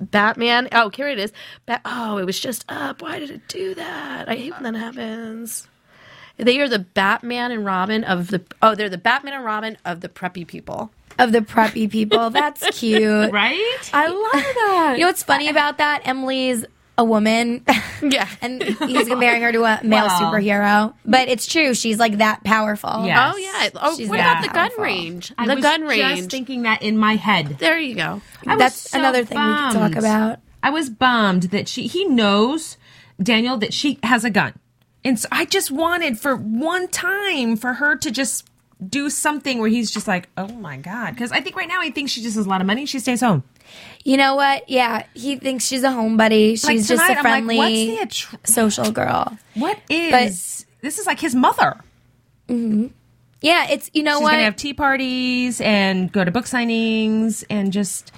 C: Batman. Oh, here it is. Ba- oh, it was just up. Why did it do that? I hate when that happens. They are the Batman and Robin of the. Oh, they're the Batman and Robin of the preppy people.
B: Of the preppy people. That's cute.
D: Right?
C: I love that.
B: You know what's funny about that? Emily's a woman.
C: Yeah.
B: and he's comparing her to a male
D: Well.
B: superhero. But it's true. She's like that powerful.
D: Yeah.
C: oh yeah. Oh,
B: She's
C: what
B: that
C: about the gun
B: powerful.
C: range?
D: I
C: the
D: was
C: gun
D: Just
C: range.
D: thinking that in my head.
C: there you go.
D: I was
B: That's
D: so
B: another thing we could talk
D: bummed.
B: about.
D: I was bummed that she he knows Daniel that she has a gun, and so I just wanted for one time for her to just do something where he's just like, oh my god, because I think right now he thinks she just has a lot of money. She stays home.
B: You know what? Yeah, he thinks she's a homebody. She's
D: Like
B: just
D: tonight,
B: a
D: I'm like,
B: friendly
D: what's the attr-
B: social girl.
D: What is this? Is like his mother.
B: Yeah, it's you know
D: She's
B: what?
D: gonna have tea parties and go to book signings and just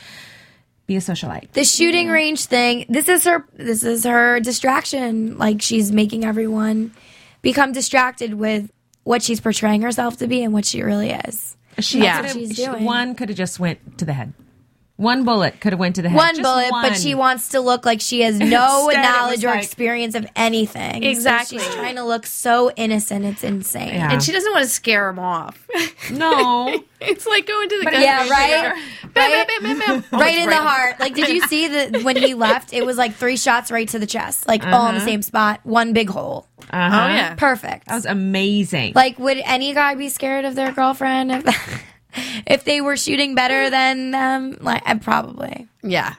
D: be a socialite.
B: the shooting range thing this is her this is her distraction like she's making everyone become distracted with what she's portraying herself to be and what she really is
D: She
C: Yeah.
D: could have-
B: She's doing.
D: One could have just went to the head. One bullet could have went to the head.
B: one
D: Just
B: bullet,
D: one.
B: but she wants to look like she has no
D: Instead, it
B: knowledge
D: was
B: or
D: like-
B: experience of anything. So
C: Exactly.
B: she's trying to look so innocent. It's insane.
D: Yeah.
C: And she doesn't want to scare him off.
D: No.
C: it's like going to the
B: But yeah, right?
C: Bam,
B: Right?
C: bam, Oh, bam, bam, bam.
B: Right in the heart. Like, did you see that when he left? It was like three shots right to the chest, like all in the same spot, one big hole.
C: Oh yeah.
B: Perfect.
D: That was amazing.
B: Like, would any guy be scared of their girlfriend if, if they were shooting better than them? Like, I probably.
C: Yeah.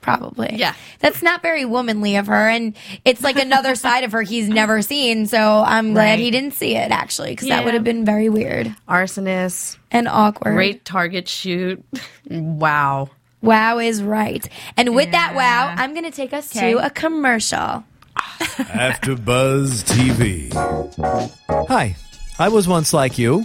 B: Probably.
C: Yeah.
B: That's not very womanly of her. And it's like another side of her he's never seen. So I'm glad
D: Right.
B: he didn't see it, actually, because
C: Yeah.
B: that would have been very weird
C: Arsonist.
B: and awkward.
C: Great target shoot. Wow.
B: Wow is right. And with that wow, I'm going to take us to a commercial.
G: After Buzz TV.
A: Hi, I was once like you,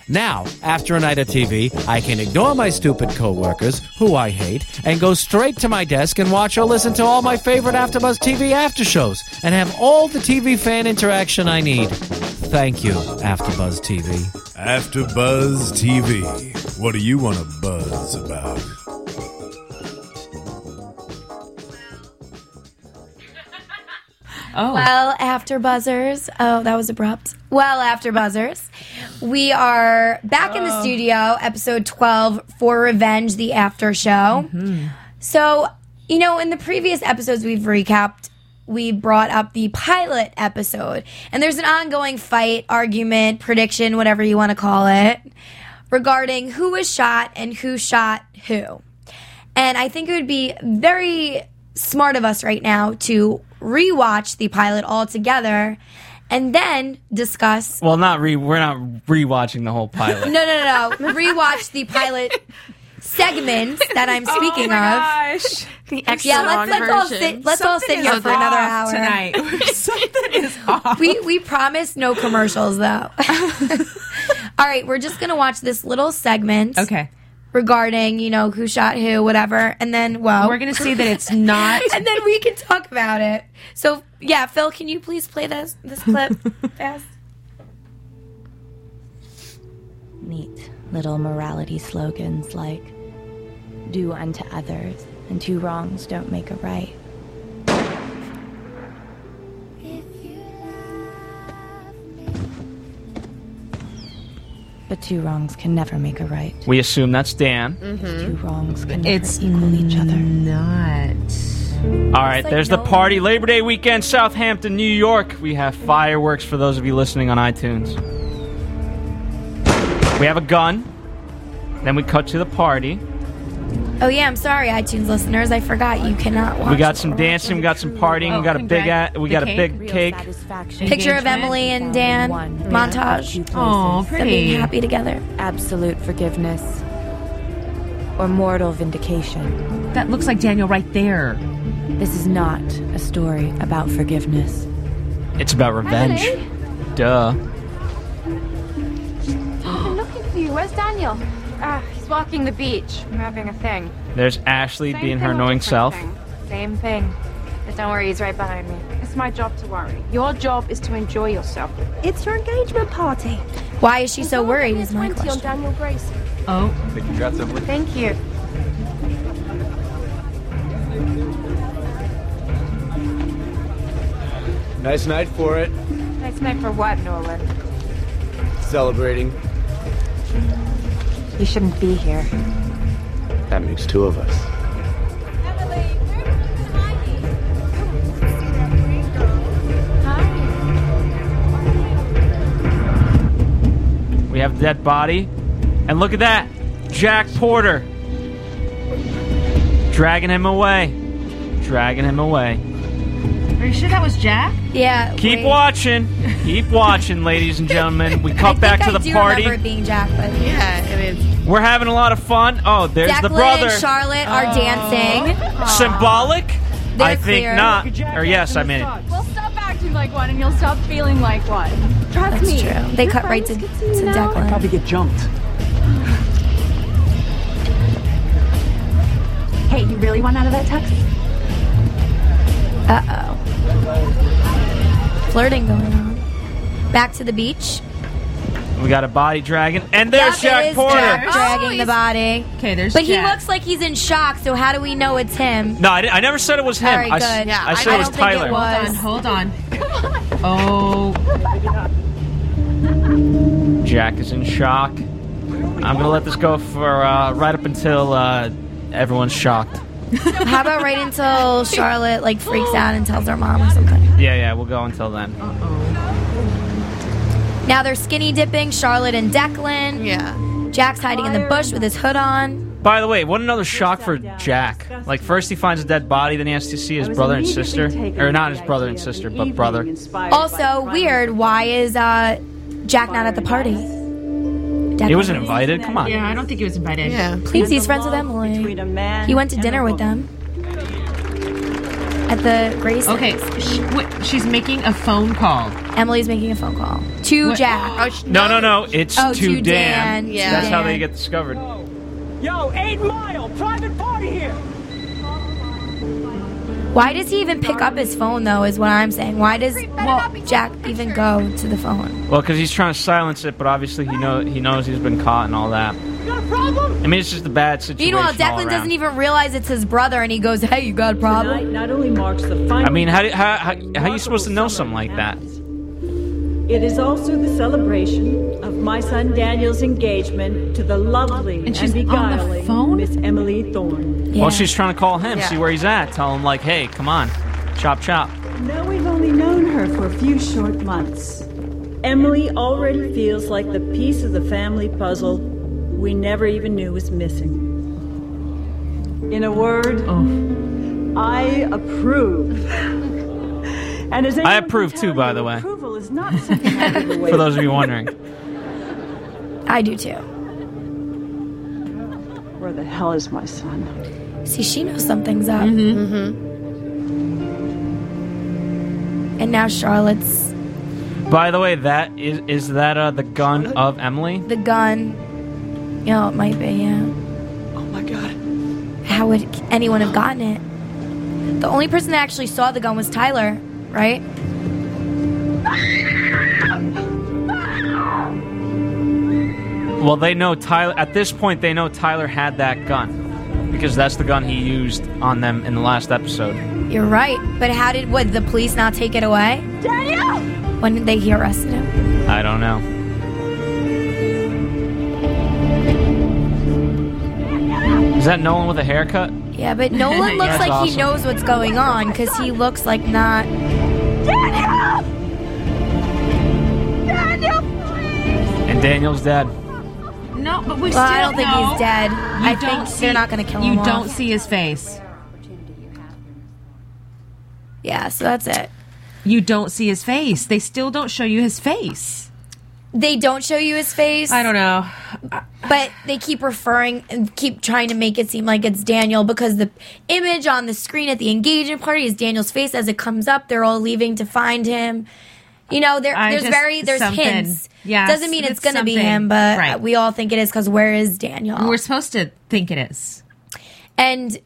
A: Now, after a night of TV, I can ignore my stupid coworkers, who I hate, and go straight to my desk and watch or listen to all my favorite AfterBuzz TV after shows, and have all the TV fan interaction I need. Thank you, AfterBuzz TV.
G: After Buzz TV. What do you want to buzz about?
D: oh.
B: Well, after buzzers. Oh, that was abrupt. Well, after buzzers. We are back in the studio, episode 12 for Revenge, the after show. So, you know, in the previous episodes we've recapped, we brought up the pilot episode. And there's an ongoing fight, argument, prediction, whatever you want to call it, regarding who was shot and who shot who. And I think it would be very smart of us right now to rewatch the pilot all together and then discuss.
E: Well, not re. We're not rewatching the whole pilot.
B: No, no, no, no. rewatch the pilot segments that
D: Oh
B: I'm speaking of.
D: gosh.
C: The extra
B: Yeah, let's, let's all sit. Let's all sit here for another hour
D: tonight. Something is off.
B: We we promise no commercials though. all right, we're just gonna watch this little segment
D: okay.
B: regarding you know who shot who, whatever, and then well,
D: We're going to see that it's not.
B: and then we can talk about it. So yeah, Phil, can you please play this this clip fast?
H: neat little morality slogans like do unto others and two wrongs don't make a right. But two wrongs can never make a right.
E: We assume that's Dan.
H: Two wrongs can never
D: It's
H: equal each other.
D: not.
E: All right,
B: like
E: there's
B: no-
E: the party. Labor Day weekend, Southampton, New York. We have fireworks for those of you listening on iTunes. We have a gun. Then we cut to the party.
B: Oh yeah, I'm sorry, iTunes listeners, I forgot you cannot watch.
E: We got
B: it.
E: some dancing. We got some partying.
D: Oh,
E: we got a big.
D: congrats.
E: A- we
D: The
E: got a
D: cake?
E: big cake.
H: satisfaction.
B: picture of
D: engagement.
B: Emily and Dan montage.
D: Oh,
B: Them
D: pretty.
B: being happy together.
H: Absolute forgiveness or mortal vindication.
D: That looks like Daniel right there.
H: This is not a story about forgiveness.
E: It's about revenge. Duh.
I: I'm looking for you. Where's Daniel? Ah, he's walking the beach. I'm having a thing.
E: There's Ashley
I: Same
E: being
I: thing
E: her
I: or
E: annoying
I: different
E: self.
I: thing? Same thing. But don't worry, he's right behind me. It's my job to worry. Your job is to enjoy yourself. It's your engagement party.
B: Why is she so worried? Is my question.
I: Daniel Grace.
D: Oh,
I: Thank you.
A: Nice night for it.
I: Nice night for what, Nolan?
A: Celebrating.
I: You shouldn't be here.
A: That makes two of us.
E: We have dead body. And look at that. Jack Porter. Dragging him away. Dragging him away.
D: Are you sure that was Jack?
B: Yeah.
E: Keep watching. Keep watching, ladies and gentlemen. We cut back to
B: I
E: the
B: do
E: party.
B: remember it being Jack, but
C: yeah, it is.
E: We're having a lot of fun. Oh, there's
B: Jacqueline
E: the brother.
B: and Charlotte are dancing.
E: Symbolic?
B: They're
E: I think
B: clear.
E: not. Or yes, I mean it.
J: Well, stop acting like one, and you'll stop feeling like one. Trust
B: That's
J: me.
B: true. They
J: Your
B: cut right to,
J: friends
B: to
J: can see you now.
B: Declan.
K: probably get jumped.
J: Hey, you really want out of that tux?
B: Uh oh. Flirting going on. Back to the beach.
E: We got a body dragon. And there's
B: Yep, it
E: Jack
B: is
E: Porter.
B: Jack
J: Oh,
B: dragging the body.
D: Okay, there's
B: But he
D: Jack.
B: looks like he's in shock, so how do we know it's him?
E: No, I, di- I never said it was him.
B: All right,
E: I, s-
B: good. Yeah,
E: I said
B: I
E: it was
B: don't think it
E: Tyler.
B: was.
D: Hold on. Oh.
E: Jack is in shock. I'm gonna let this go for uh, right up until uh, everyone's shocked.
B: How about right until Charlotte like freaks out and tells her mom or something?
E: Yeah, yeah, we'll go until then.
B: Now they're skinny dipping, Charlotte and Declan.
C: Yeah.
B: Jack's hiding in the bush with his hood on.
E: By the way, what another shock for Jack. Like, first he finds a dead body, then he has to see his
B: was
E: brother and
B: immediately
E: sister.
B: taken
E: Or
B: with
E: not
B: the
E: his brother and sister, but brother.
B: Also, weird, why is uh, Jack not at the party?
E: He wasn't invited? Come on.
D: Yeah, I don't think he was invited.
C: Yeah.
B: Please, he's friends with Emily. He went to dinner with them. At the Grace.
D: Okay, sh- wait, she's making a phone call.
B: Emily's making a phone call to
D: What? Oh,
B: Jack.
E: No, no, no. It's
B: Oh,
E: to,
B: to
E: Dan.
B: Dan. Yeah.
E: That's how they
B: Dan.
E: get discovered.
K: Yo, eight mile private party here.
B: Why does he even pick up his phone though? Is what I'm saying. Why does Jack even go to the phone?
E: Well, because he's trying to silence it, but obviously he know he knows he's been caught and all that. I mean, it's just a bad situation.
B: Meanwhile,
E: all
B: Declan
E: around.
B: doesn't even realize it's his brother, and he goes, "Hey, you got a problem?"
K: Not only marks the final.
E: I mean, how do, how, how, how are you supposed to know something like that?
K: It is also the celebration of my son Daniel's engagement to the lovely and,
D: she's on the
K: beguiling Miss Emily Thorne.
E: Well, she's trying to call him,
K: Yeah.
E: see where he's at, tell him like, hey, come on, chop chop.
K: Though we've only known her for a few short months, Emily already feels like the piece of the family puzzle we never even knew was missing. In a word,
E: Oh.
K: I approve. and as
E: I
K: anyone
E: approve too, by the way,
K: approval is not something I give away
E: for those of you wondering.
B: I do too.
K: Where the hell is my son?
B: See, she knows something's up. Mm-hmm. And now Charlotte's
E: By the way, that is is that uh, the gun of Emily?
B: the gun. You know, it might be. Yeah. Oh my god. How would anyone have gotten it? The only person that actually saw the gun was Tyler, right?
E: Well, they know Tyler. At this point, they know Tyler had that gun because that's the gun he used on them in the last episode.
B: You're right. But how did would the police not take it away? Daniel! When they he arrested him?
E: I don't know. Is that Nolan with a haircut?
B: Yeah, but Nolan looks like
E: That's
B: he
E: awesome.
B: knows what's going on because he looks like not. Daniel! Daniel!
E: And Daniel's dead.
D: No, but we
B: Well,
D: still
B: I don't think
D: know-
B: he's dead.
D: You
B: I
D: don't
B: think
D: see,
B: they're not going to kill him.
D: You don't
B: off.
D: see his face.
B: Yeah, so that's it.
D: You don't see his face. They still don't show you his face.
B: They don't show you his face. I don't
D: know.
B: But they keep referring and keep trying to make it seem like it's Daniel because the image on the screen at the engagement party is Daniel's face. As it comes up, they're all leaving to find him. You know, there,
D: I
B: there's
D: just-
B: very there's
D: something.
B: hints.
D: Yes,
B: doesn't mean it's,
D: it's
B: going to be
D: something.
B: him, but
D: Right.
B: we all think it is because where is Daniel?
D: We're supposed to think it is.
B: and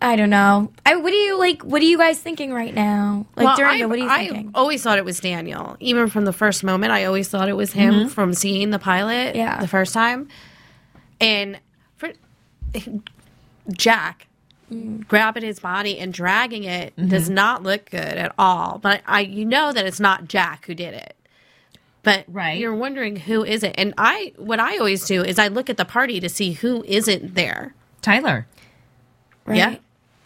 B: I don't know. I what do you like? What are you guys thinking right now? Like
C: Well,
B: during
C: I,
B: the what are you
C: I
B: thinking?
D: oh,
C: always thought it was Daniel. Even from the first moment, I always thought it was him
B: Mhm.
C: from seeing the pilot
B: Yeah.
C: the first time. And for Jack
B: Mm.
C: grabbing his body and dragging it
B: Mm-hmm.
C: does
D: Mhm.
C: not look good at all. But I you know that it's not Jack who did it. But right. you're wondering who is it. And I what I always do is I look at the party to see who isn't there.
D: Tyler.
C: Yeah.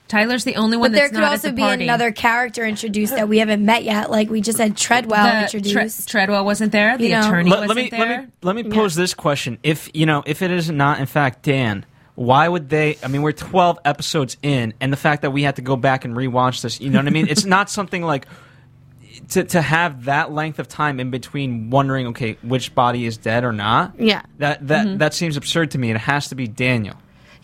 D: Tyler's the only one
B: But there
D: that's
B: could
D: not
B: also
D: at the
B: be
D: party.
B: another character introduced that we haven't met yet. Like we just had Treadwell
D: The
B: introduced.
D: Tre- Treadwell wasn't there. The
B: You know.
D: attorney
E: Let,
D: wasn't
E: let me
D: there.
E: let me let me pose this question: If you know, if it is not in fact Dan, Why would they? I mean, we're 12 episodes in, and the fact that we had to go back and rewatch this, you know what I mean? it's not something like to, to have that length of time in between wondering, okay, which body is dead or not.
C: Yeah.
E: That that
C: Mhm.
E: that seems absurd to me. It has to be Daniel,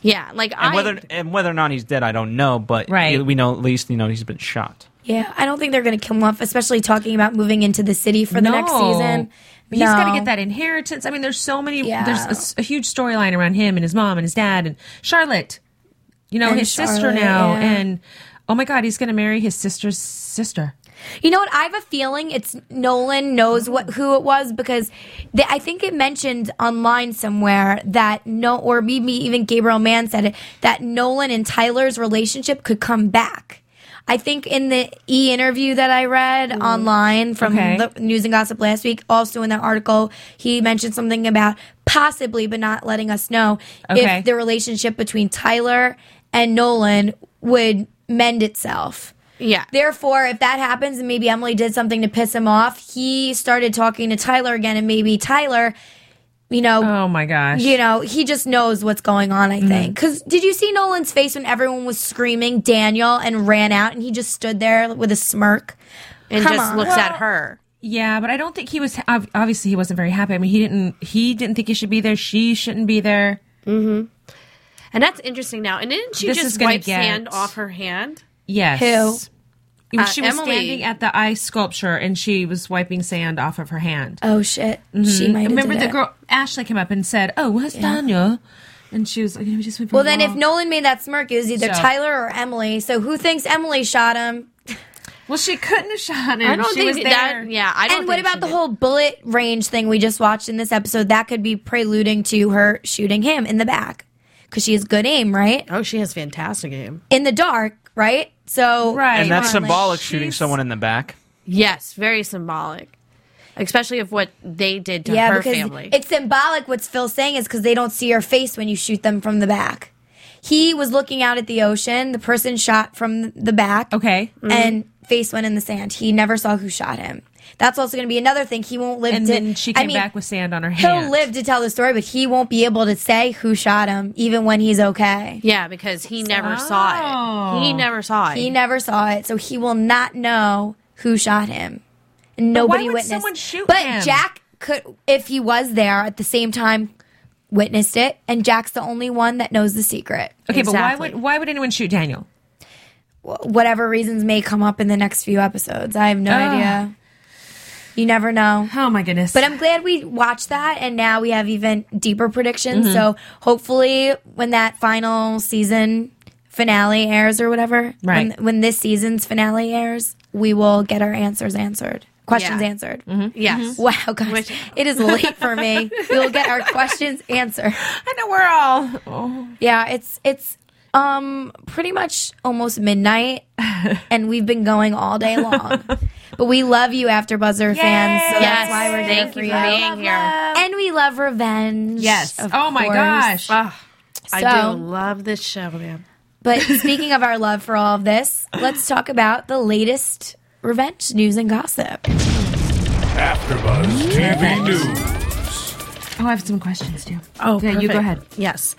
C: Yeah, like
E: and
C: I
E: whether and whether or not he's dead, I don't know. But
B: Right.
E: we know at least you know he's been shot.
B: Yeah, I don't think they're going to kill him off, especially talking about moving into the city for the next
D: No.
B: season.
D: He's got
B: No.
D: to get that inheritance. I mean, there's so many.
B: Yeah.
D: There's a s- a, huge storyline around him and his mom and his dad and Charlotte. You know,
B: And
D: his sister
B: Charlotte,
D: now,
B: yeah.
D: and oh my God, he's going to marry his sister's sister.
B: You know what? I have a feeling it's Nolan knows what who it was because they, I think it mentioned online somewhere that no, or maybe even Gabriel Mann said it that Nolan and Tyler's relationship could come back. I think in the e interview that I read online from
D: Mm. Okay.
B: the news and gossip last week, also in that article, he mentioned something about possibly, but not letting us know
D: Okay.
B: if the relationship between Tyler and Nolan would mend itself.
C: Yeah.
B: Therefore, if that happens and maybe Emily did something to piss him off, he started talking to Tyler again and maybe Tyler, you know,
D: Oh my gosh.
B: you know, he just knows what's going on, I think. Cuz did you see Nolan's face when everyone was screaming Daniel and ran out and he just stood there with a smirk
C: and
B: Come
C: just
B: on.
C: looks at her.
D: Yeah, but I don't think he was. ob- Obviously, he wasn't very happy. I mean, he didn't. He didn't think he should be there. She shouldn't be there.
C: Mm-hmm. And that's interesting now. And didn't she
D: This is
C: just
D: gonna
C: wipe
D: get-
C: sand off her hand?
D: Yes.
C: Uh,
D: she was
C: Emily.
D: standing at the ice sculpture and she was wiping sand off of her hand.
B: Oh shit. She
D: Mhm.
B: might have
D: Remember
B: did
D: the
B: it.
D: girl Ashley came up and said, "Oh, where's
B: Yeah.
D: Daniel?" And she was like, "We just went
B: Well, then if Nolan made that smirk, it was either
D: So-
B: Tyler or Emily. So who thinks Emily shot him?
D: Well, she couldn't have shot
C: I don't think that. Yeah, I don't.
B: and what
C: think she
B: about the whole bullet range thing we just watched in this episode? That could be preluding to her shooting him in the back because she has good aim, right?
C: Oh, she has fantastic aim
B: in the dark, right? So
D: right,
E: and that's symbolic shooting someone in the back.
C: Yes, very symbolic, especially of what they did to
B: yeah,
C: her
B: because
C: family.
B: it's symbolic. What's Phil saying is because they don't see your face when you shoot them from the back. He was looking out at the ocean. The person shot from the back.
D: Okay,
B: and
C: Mm-hmm.
B: face went in the sand. He never saw who shot him. That's also going to be another thing. He won't live.
D: and
B: to,
D: then she
B: I
D: came
B: mean,
D: back with sand on her
B: He'll
D: hand.
B: live to tell the story, but he won't be able to say who shot him, even when he's okay.
C: yeah, because he never saw it. Oh. He never saw it.
B: He never saw it, so he will not know who shot him. And
C: But why
B: nobody
C: would
B: witnessed.
C: someone shoot
B: but
C: him?
B: Jack could, if he was there at the same time, witnessed it. And Jack's the only one that knows the secret.
D: okay, but why would why would anyone shoot Daniel?
B: Wh- whatever reasons may come up in the next few episodes? I have no
D: Ah.
B: idea. You never know.
D: Oh my goodness!
B: But I'm glad we watched that, and now we have even deeper predictions.
C: Mm-hmm.
D: Mhm.
B: So hopefully, when that final season finale airs or whatever,
D: Right.
B: when, when this season's finale airs, we will get our answers answered. Questions
C: Yeah. Mm-hmm.
B: answered.
C: Yes.
B: Wow, guys, it is late for me. We will get our questions answered.
D: I know we're all. Oh.
B: Yeah, it's it's um pretty much almost midnight, and we've been going all day long. But we love you, After Buzzer fans. So
C: yes.
B: that's why we're here
C: Thank
B: for
C: you
B: you.
C: for being here.
B: And we love revenge.
D: Yes.
B: of
D: Oh my
B: course.
D: gosh.
C: I
B: So-
C: do love this show, man.
B: But speaking of our love for all of this, let's talk about the latest revenge news and gossip.
L: AfterBuzz TV News.
D: Oh, I have some questions too.
C: Oh,
D: yeah, you go
C: perfect.
D: ahead.
C: Yes.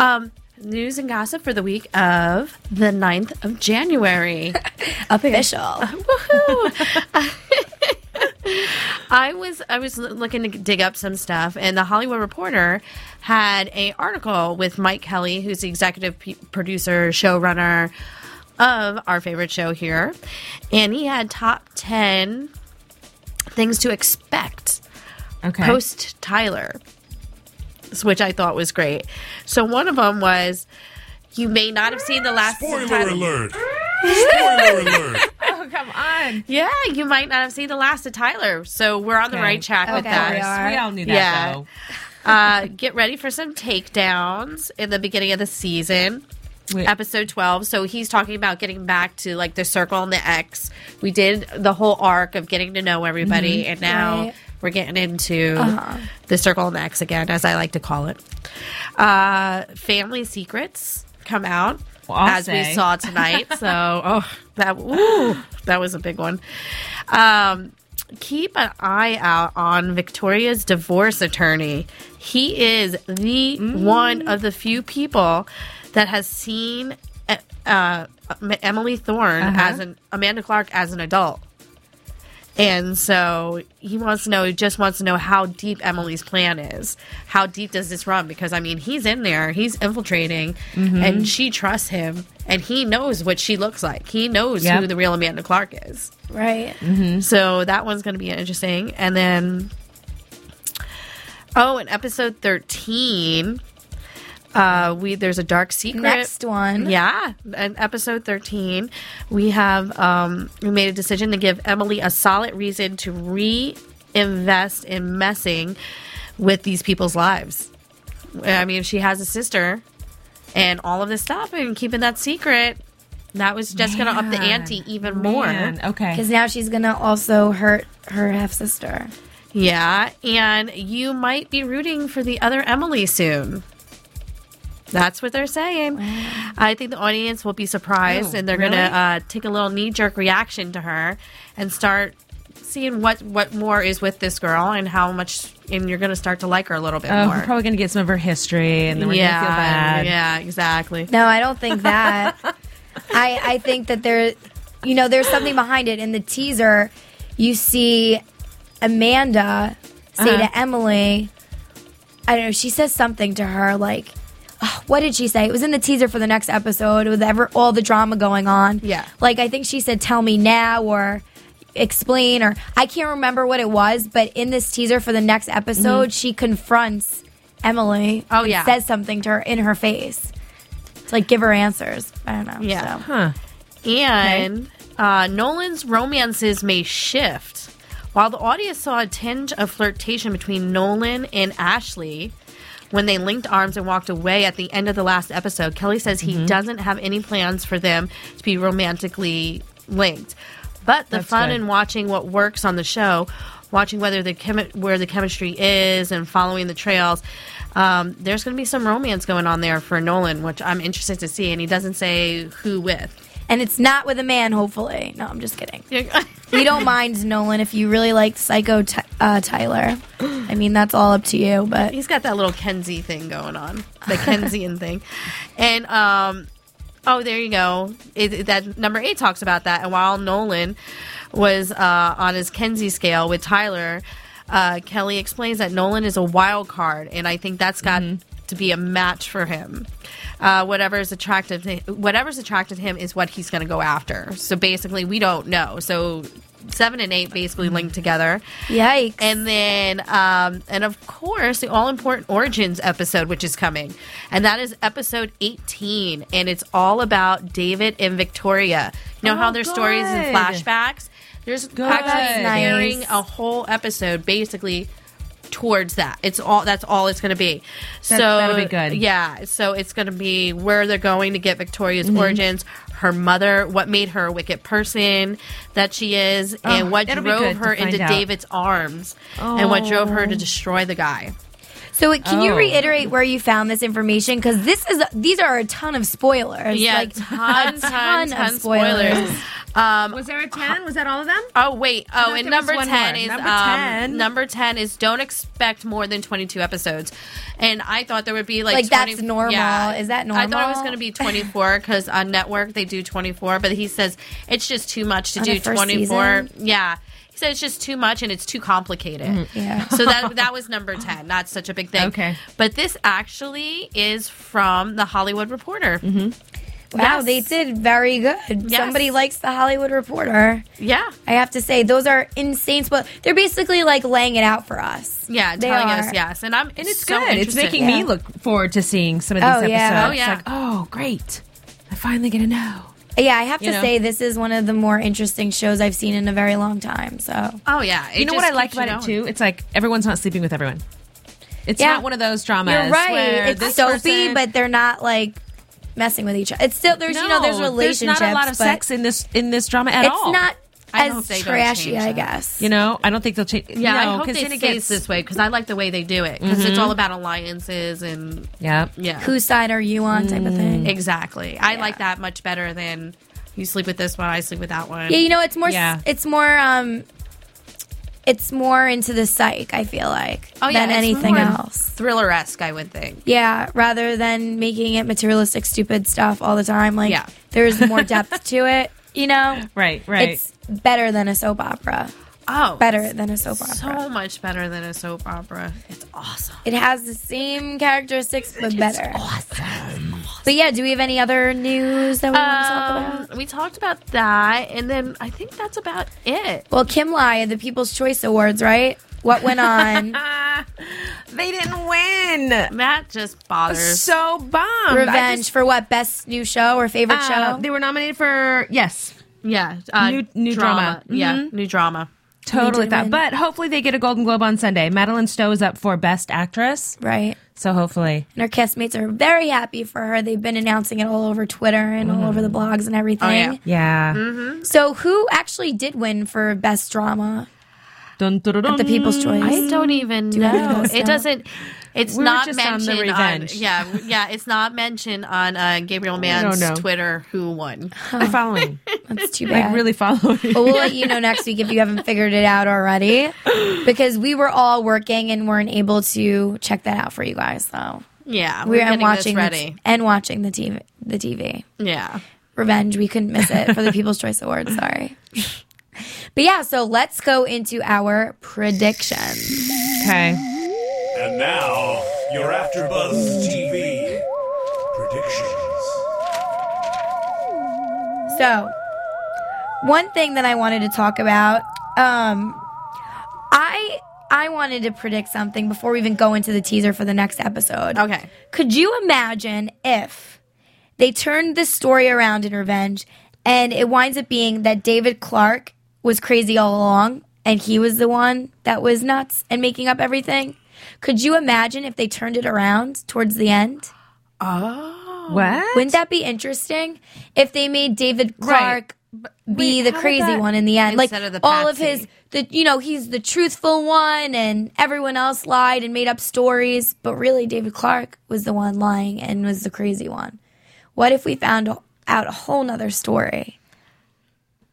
C: Um, news and gossip for the week of the 9th of January.
B: Official.
C: I was I was l- looking to dig up some stuff, and the Hollywood Reporter had a article with Mike Kelly, who's the executive p- producer, showrunner of our favorite show here, and he had top ten things to expect
D: Okay.
C: post Tyler, s- which I thought was great. So one of them was you may not have seen the last
L: Spoiler
C: Tyler-
L: alert! Spoiler alert!
D: Oh, come on.
C: Yeah, you might not have seen the last of Tyler, so we're on the
D: Okay.
C: right track with
D: Of
C: that.
D: course. We all knew that, though.
C: uh, get ready for some takedowns in the beginning of the season.
D: Wait.
C: Episode 12. So he's talking about getting back to like the circle and the X. We did the whole arc of getting to know everybody,
D: Mhm.
C: and now
D: Right.
C: we're getting into
D: Uh-huh.
C: the circle and the X again, as I like to call it. Uh, family secrets come out
D: Well, I'll
C: as we
D: say.
C: saw tonight. So, oh, that ooh, that was a big one. Um, keep an eye out on Victoria's divorce attorney. He is the
D: Mm.
C: one of the few people that has seen uh, uh, Emily Thorne
D: Uh-huh.
C: as an Amanda Clark as an adult. And so he wants to know, he just wants to know how deep Emily's plan is. How deep does this run? Because, I mean, he's in there, he's infiltrating,
D: Mhm.
C: and she trusts him, and he knows what she looks like. He knows
D: Yep.
C: who the real Amanda Clark is.
B: Right.
C: So that one's going to be interesting. And then, oh, in episode 13. Uh, we there's a dark secret
B: Next one.
C: yeah in episode 13 we have um we made a decision to give emily a solid reason to reinvest in messing with these people's lives i mean if she has a sister and all of this stuff and keeping that secret that was just gonna up the ante even more
B: Because now she's gonna also hurt her half sister.
C: Yeah, and you might be rooting for the other Emily soon. That's what they're saying. I think the audience will be surprised,
D: Oh,
C: and they're
D: really?
C: gonna uh, take a little knee jerk reaction to her and start seeing what what more is with this girl and how much, and you're gonna start to like her a little bit
D: Oh,
C: more.
D: we're probably going to get some of her history, and then we're
C: yeah,
D: going to feel bad.
C: yeah, exactly.
B: No, I don't think that. I I think that there, you know, there's something behind it. In the teaser, you see Amanda say
D: Uh-huh.
B: to Emily, I don't know, she says something to her like. oh, What did she say? It was in the teaser for the next episode with ever all the drama going on. Yeah. Like I think she said tell me now or explain or I can't remember what it was, but in this teaser for the next episode,
C: Mhm.
B: she confronts Emily.
C: Oh,
B: and
C: yeah.
B: Says something to her in her face to like give her answers. I don't know.
C: Yeah.
B: so.
C: And uh, Nolan's romances may shift. While the audience saw a tinge of flirtation between Nolan and Ashley when they linked arms and walked away at the end of the last episode, Kelly says he
D: Mhm.
C: doesn't have any plans for them to be romantically linked. But the
D: That's
C: fun
D: good.
C: in watching what works on the show, watching whether the chemi- where the chemistry is and following the trails. Um, there's going to be some romance going on there for Nolan, which I'm interested to see. And he doesn't say who with.
B: And it's not with a man, hopefully. No, I'm just kidding. you don't mind Nolan if you really like Psycho Ty- uh, Tyler. I mean, that's all up to you, but
C: He's got that little Kenzie thing going on, the Kenzian thing, and um, oh, there you go. It, it- that number eight talks about that. And while Nolan was uh, on his Kenzie scale with Tyler, uh, Kelly explains that Nolan is a wild card, and I think that's got to be a match for him. Uh, whatever is attractive, to- whatever's attracted to him is what he's going to go after. So basically, we don't know. So seven and eight basically linked together.
B: Yikes.
C: And then, um, and of course, the all important origins episode, which is coming. And that is episode 18. And it's all about David and Victoria. You know how
D: Oh,
C: their stories and
D: good.
C: flashbacks? There's actually
D: That's
C: hearing
D: nice.
C: a whole episode basically towards that. It's all that's all it's going to be. so
D: that'll be good.
C: Yeah, so it's going to be where they're going to get Victoria's
D: Mhm.
C: origins, her mother, what made her a wicked person that she is,
D: Oh,
C: and what
D: that'll be good
C: drove
D: to
C: her into
D: find out.
C: David's arms, and what drove her to
B: Oh.
C: destroy the guy.
B: So wait, can you
C: Oh.
B: reiterate where you found this information? Because this is these are a ton of spoilers.
C: Yeah,
B: like
C: ton,
B: a
C: ton, ton spoilers. Um,
D: Was there a 10? Was that all of them?
C: Oh wait! Oh,
D: I thought
C: and
D: there was
C: number
D: one
C: ten
D: more.
C: is
D: Number
C: number um,
D: 10.
C: ten. Number ten is don't expect more than twenty-two episodes, and I thought there would be like
B: Like, that's
C: 20
B: normal.
C: Yeah.
B: Is that
C: I thought it was
B: normal?
C: going to be twenty-four because on network they do twenty-four, but he says it's just too much to
B: On
C: do
B: the first
C: twenty-four.
B: season?
C: Yeah, he said it's just too much and it's too complicated.
D: Mm,
B: Mhm. Yeah.
C: So that that was number ten. Not such a big thing. Okay. But this actually is from the Hollywood Reporter.
D: Mm-hmm.
B: Wow,
C: Yes.
B: they did very good. Somebody likes the Hollywood Reporter.
C: Yeah.
B: I have to say, those are insane spoilers. They're basically like laying it out for us.
C: Yeah,
B: They
C: telling
B: are.
C: us yes, and I'm and
D: It's good. It's making me look forward to seeing some of
B: Oh,
D: these episodes.
B: yeah.
D: It's
B: Oh, yeah.
D: like, oh, great. I finally get to know.
B: Yeah, I have to
D: You know?
B: say, this is one of the more interesting shows I've seen in a very long time. So,
C: Oh yeah. It
D: you know what I
C: just
D: like
C: keeps you
D: about it
C: going.
D: too? It's like everyone's not sleeping with everyone. It's
B: Yeah.
D: not one of those dramas.
B: You're
D: where
B: right. It's
D: this
B: soapy,
D: person-
B: but they're not like messing with each other. It's still there's you know there's
D: No,
B: relationships.
D: not a lot of
B: but
D: sex in this in this drama at
B: it's
D: all.
B: not
C: I hope
B: as
C: they don't
B: trashy,
C: change
B: I
C: that.
B: guess.
D: You know, I don't think they'll change.
C: Yeah,
D: no,
C: I hope
D: 'cause
C: they
D: then it
C: stays
D: gets-
C: this way because I like the way they do it because it's
D: Mhm.
C: all about alliances and
D: Yeah.
C: yeah,
B: Whose side are you on? Type of
D: Mm.
B: thing.
C: exactly. I like that much better than you sleep with this one, I sleep with that one.
B: Yeah, you know it's more. s It's more. um it's more into the psych. I feel like
C: Oh yeah,
B: than
C: it's
B: anything
C: more
B: else.
C: Thriller esque, I would think.
B: Yeah, rather than making it materialistic, stupid stuff all the time. Like
C: Yeah.
B: there is more depth to it. You know,
D: Right, right.
B: It's better than a soap opera.
C: Oh,
B: better than a soap
C: so
B: opera.
C: much better than a soap opera. It's awesome.
B: It has the same characteristics, but better. But yeah, do we have any other news that we want to talk about?
C: Um, we talked about that, and then I think that's about it.
B: Well, Kim Lai at the People's Choice Awards, right? What went on?
D: They didn't win.
C: That just bothers.
D: So bummed.
B: Revenge for what? Best new show or favorite show?
D: They were nominated for yes,
C: yeah, uh,
D: new new drama.
C: Yeah,
D: Mhm.
C: new drama. They
D: Totally
C: did
D: that.
C: win.
D: But hopefully they get a Golden Globe on Sunday. Madeline Stowe is up for Best Actress.
B: Right.
D: So hopefully.
B: And her castmates are very happy for her. They've been announcing it all over Twitter and all over the blogs and everything.
D: Yeah.
B: So, who actually did win for best drama?
D: Dun, dun, dun,
B: At the People's
D: dun.
B: Choice.
C: I don't even
B: Do you have
C: know.
B: those
C: It
B: now?
C: doesn't. It's
D: We were
C: not
D: just on the
C: mentioned on,
D: revenge.
C: yeah, w- yeah. It's not mentioned on uh, Gabriel
D: don't know.
C: Mann's Twitter who won.
D: I'm following.
B: That's too
D: like
B: bad.
D: really following.
B: But we'll let you know next week if you haven't figured it out already, because we were all working and weren't able to check that out for you guys. So
C: Yeah,
B: we
C: we're,
B: were and
C: getting
B: watching
C: watching
B: the
C: this
B: t-
C: ready.
B: and watching the TV, the TV.
C: yeah.
B: Revenge. We couldn't miss it for the People's Choice Awards. Sorry. But yeah, so let's go into our predictions.
D: Okay.
L: And now, your AfterBuzz TV predictions.
B: So, one thing that I wanted to talk about, um, I I wanted to predict something before we even go into the teaser for the next episode.
C: Okay.
B: Could you imagine if they turned this story around in Revenge and it winds up being that David Clark was crazy all along and he was the one that was nuts and making up everything? Could you imagine if they turned it around towards the end?
D: What?
B: Wouldn't that be interesting if they made David Clark be
D: Wait,
B: the
D: how would
B: crazy
D: that-
B: one in the end?
C: Instead of
B: like
C: the
B: all of
C: patsy.
B: his, the you know, he's the truthful one, and everyone else lied and made up stories, but really David Clark was the one lying and was the crazy one. What if we found out a whole nother story?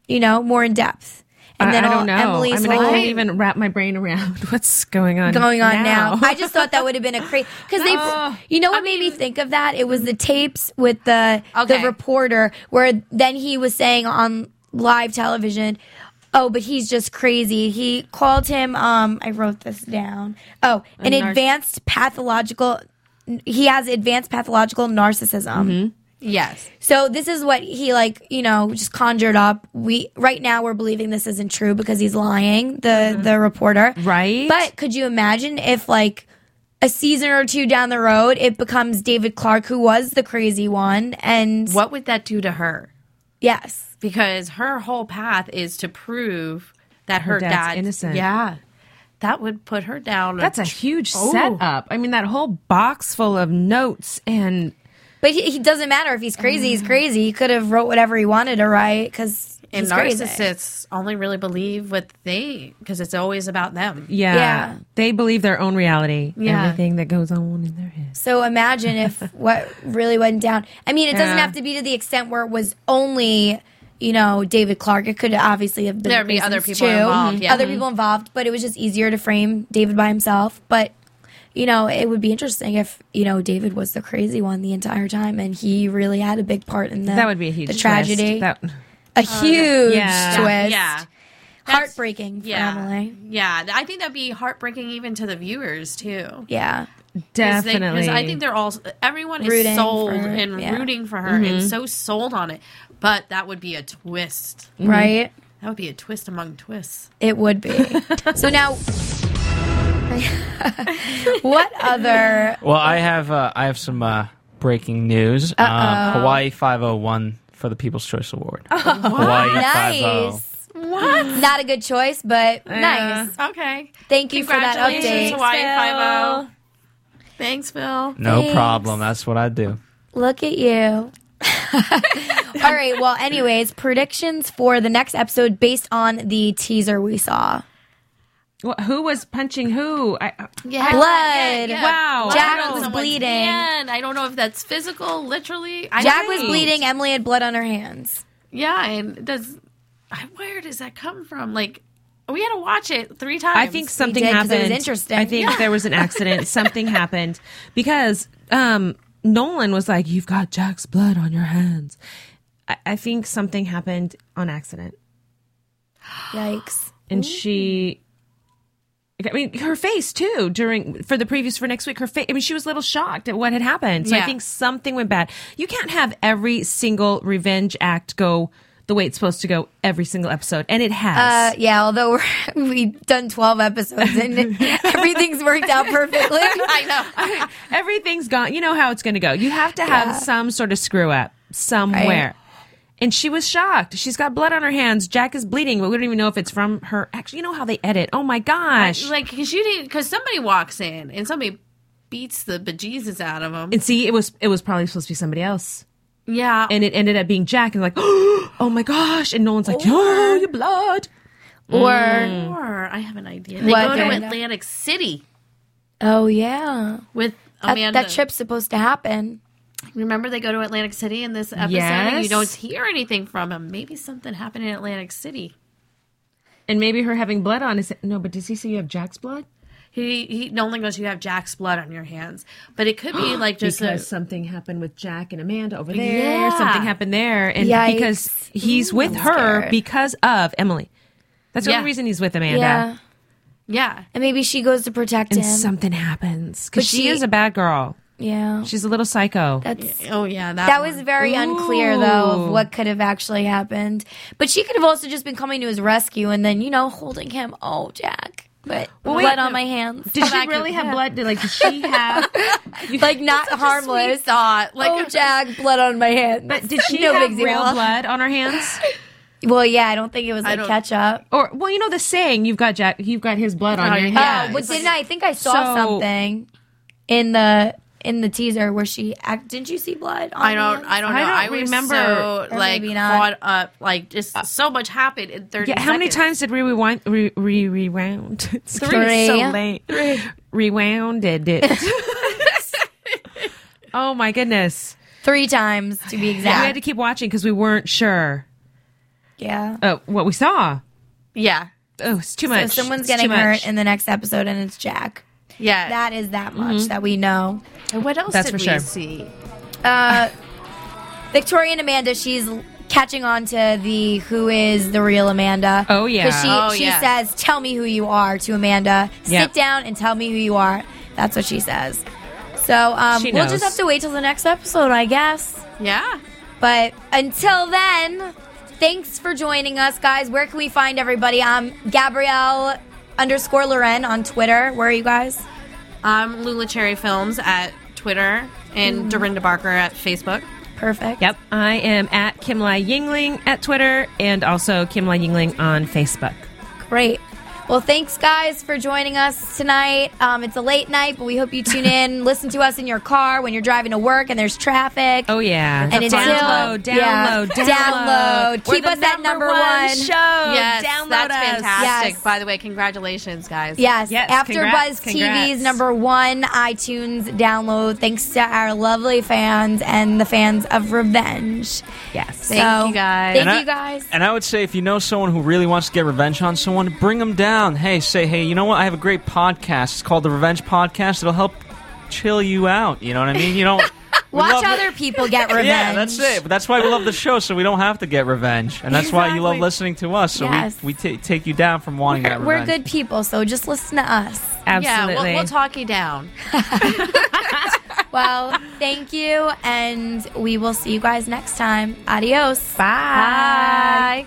B: You know, more in depth, and
D: I,
B: then
D: I
B: all
D: don't know.
B: Emily's
D: I mean, I
B: whole-
D: can't even wrap my brain around what's going on.
B: going on now. I just thought that would have been a crazy because they,
D: Oh.
B: you know, what made me think of that? It was the tapes with the
C: Okay.
B: the reporter where then he was saying on live television. Oh, but he's just crazy. He called him. Um, I wrote this down. Oh, an
D: narc-
B: advanced pathological. He has advanced pathological narcissism.
C: Yes.
B: So this is what he like, you know, just conjured up. We right now we're believing this isn't true because he's lying, the the reporter.
D: Right?
B: But could you imagine if like a season or two down the road it becomes David Clark who was the crazy one and
C: What would that do to her?
B: yes.
C: Because her whole path is to prove that her,
D: dad's
C: dad
D: innocent.
C: Yeah. That would put her down.
D: That's a huge setup. I mean, that whole box full of notes and
B: But he, he doesn't matter if he's crazy, he's crazy. He could have wrote whatever he wanted to write cuz
C: And
B: he's crazy.
C: narcissists only really believe what they because it's always about them.
D: yeah,
B: Yeah.
D: they believe their own reality.
C: Yeah.
D: Everything that goes on in their head.
B: So imagine if what really went down. I mean, it doesn't
D: Yeah.
B: have to be to the extent where it was only, you know, David Clark. It could obviously have been
C: There'd be other
B: reasons
C: people
B: too.
C: involved, yeah.
B: Other
D: Mm-hmm.
C: Mhm.
B: people involved, but it was just easier to frame David by himself. But you know, it would be interesting if you know David was the crazy one the entire time, and he really had a big part in the
D: that would be a huge
B: the
D: twist.
B: tragedy,
D: That,
B: a huge
D: Yeah.
B: twist,
C: Yeah.
B: heartbreaking for
C: Yeah.
B: Emily.
C: Yeah. I think that'd be heartbreaking even to the viewers too.
B: Yeah,
C: Because they-
D: definitely.
C: Because I think they're all everyone
B: Rooting
C: is sold
B: for-
C: and
B: yeah. Mm-hmm.
C: rooting for her and so sold on it. But that would be a twist.
D: Mm-hmm.
B: right.
C: That would be a twist among twists.
B: It would be. so now, what other?
E: Well, I have uh, I have some uh, breaking news. Um, Hawaii 501 for the People's Choice Award. Hawaii oh.
B: Oh,
E: 50.
B: Nice. What? Not a good choice, but nice.
C: Okay.
B: Thank you for that update.
C: Congratulations, Hawaii Five O. Thanks, Phil.
E: No
B: Thanks.
E: problem. That's what I do.
B: Look at you. All right. Well, anyways, predictions for the next episode based on the teaser we saw.
D: Wh- who was punching who? I,
C: Yeah.
B: Blood.
D: Wow.
B: Jack
C: Blood on
B: was
C: someone's
B: bleeding.
C: hand. I don't know if that's physical, literally. I
B: Jack
C: don't
B: was
C: know.
B: bleeding. Emily had blood on her hands.
C: Yeah, and does I- where does that come from? Like, We had to watch it three times.
D: I think something happened. I think there was an accident. something happened because um, Nolan was like, "You've got Jack's blood on your hands." I, I think something happened on accident,
B: Yikes.
D: and she. I mean, her face too. During for the previews for next week, her face. I mean, she was a little shocked at what had happened. So I
C: Yeah.
D: think something went bad. You can't have every single revenge act go the way it's supposed to go every single episode, and it has.
B: Uh, yeah, although we're, we've done 12 episodes and everything's worked out perfectly.
C: I know.
D: Everything's gone. You know how it's going to go. You have to have
B: Yeah.
D: some sort of screw up somewhere.
B: Right.
D: And she was shocked. She's got blood on her hands. Jack is bleeding, but we don't even know if it's from her. Actually, you know how they edit. Oh my gosh.
C: Like, because you didn't, because somebody walks in and somebody beats the bejesus out of him.
D: and see, it was it was probably supposed to be somebody else.
C: yeah.
D: And it ended up being Jack and like, oh my gosh. And Nolan's like, oh, your blood.
B: Or-
C: or I have an idea. They
B: What
C: go to
B: kind of-
C: Atlantic City
B: oh, yeah.
C: with
B: That,
C: Amanda.
B: that trip's supposed to happen.
C: Remember they go to Atlantic City in this episode and
D: Yes.
C: you don't hear anything from him. Maybe something happened in Atlantic City.
D: And maybe her having blood on his no, but does he say you have Jack's blood?
C: He he Nolan goes, You have Jack's blood on your hands. But it could be like just
D: because
C: a
D: something happened with Jack and Amanda over there.
C: Yeah.
D: Something happened there, and
B: Yikes.
D: because he's with her
B: scared.
D: because of Emily. That's the
B: Yeah.
D: only reason he's with Amanda.
B: Yeah.
C: Yeah.
B: And maybe she goes to protect
D: And
B: him.
D: something happens because
B: But
D: she,
B: she-
D: is a bad girl.
B: yeah.
D: She's a little psycho.
B: That's.
C: Oh yeah, that,
B: That was very unclear, though, of
D: Ooh.
B: what could have actually happened. But she could have also just been coming to his rescue and then, you know, holding him. Oh, Jack. But
D: Well, wait,
B: blood on
D: no.
B: my hands.
D: Did she
C: Back
D: really
C: in-
D: have
C: yeah.
D: blood? Did, like, did she have?
B: like, not
C: sweet
B: harmless.
C: thought. Like
B: oh, Jack, blood on my hands.
D: But did she
B: No
D: have
B: big deal.
D: real blood on her hands?
B: Well, yeah, I don't think it was
C: I
B: like
C: don't-
B: ketchup.
D: Or well, you know the saying, "You've got Jack, you've got his blood on
C: Oh,
D: your
C: yeah.
D: hands."
B: Oh, but didn't I I think I saw
D: So-
B: something in the in the teaser where she act, didn't you see blood? On
C: I don't. I don't know.
D: I
C: I,
D: don't
C: was
D: remember.
C: so,
B: Or
C: like
B: maybe not.
C: caught up. Like just so much happened in thirty.
D: Yeah, how many
C: seconds.
D: times did we rewind? Re, re, rewound? It's
B: Three.
D: getting So late. Rewounded it. oh my goodness!
B: three times to be
D: We had
B: exact.
D: to keep watching because we weren't sure
B: Yeah.
D: uh, what we saw.
C: Yeah,
D: Oh, it's too
B: So
D: much.
B: someone's
D: It's
B: getting
D: too much. Mm-hmm.
B: hurt in the next episode, and it's Jack.
C: yeah.
B: That is that much that we know.
C: and what else
D: That's
C: did
D: for
C: we
D: sure.
C: see?
B: Uh, Victoria and Amanda, she's l- catching on to the who is the real Amanda.
D: Oh, yeah.
B: 'Cause she
C: Oh,
B: she
C: yeah.
B: says, "Tell me who you are" to Amanda.
D: Yep.
B: Sit down and tell me who you are. That's what she says. So um,
D: She
B: we'll
D: knows.
B: just have to wait till the next episode, I guess.
C: Yeah,
B: But until then, thanks for joining us, guys. Where can we find everybody? I'm Gabrielle underscore Loren on Twitter. Where are you guys?
C: um, Lula Cherry Films at Twitter and Dorinda Barker at Facebook.
B: Perfect.
D: Yep, I am at Kimla Yingling at Twitter and also Kimla Yingling on Facebook.
B: Great. Well, thanks, guys, for joining us tonight. Um, it's a late night, but we hope you tune in. Listen to us in your car when you're driving to work and there's traffic.
D: Oh yeah,
B: And it's
D: download,
B: still- yeah.
D: download,
B: Download.
D: download, We're
B: Keep
D: the
B: us at number one.
D: show.
C: yes,
D: Oh, download
C: that's
D: us.
C: fantastic.
B: Yes.
C: By the way, congratulations, guys.
B: Yes.
D: Yes,
B: After
D: congrats,
B: Buzz
D: congrats.
B: TV's number one iTunes download, thanks to our lovely fans and the fans of Revenge.
D: Yes.
C: Thank you, guys.
B: Thank
E: And I-
B: you guys.
E: And I would say if you know someone who really wants to get revenge on someone, bring them down. Hey, say, hey, you know what? I have a great podcast. It's called the Revenge Podcast. It'll help chill you out. You know what I mean? You don't we
B: Watch
E: love-
B: other people get revenge.
E: Yeah, that's it. But that's why we love the show, so we don't have to get revenge, and that's why you love
C: Exactly.
E: listening to us. So
B: Yes.
E: we, we ta take you down from wanting that
B: We're, we're
E: revenge.
B: good people, so just listen to us.
D: Absolutely.
C: Yeah, we'll, we'll talk you down.
B: Well, thank you, and we will see you guys next time. Adios. Bye.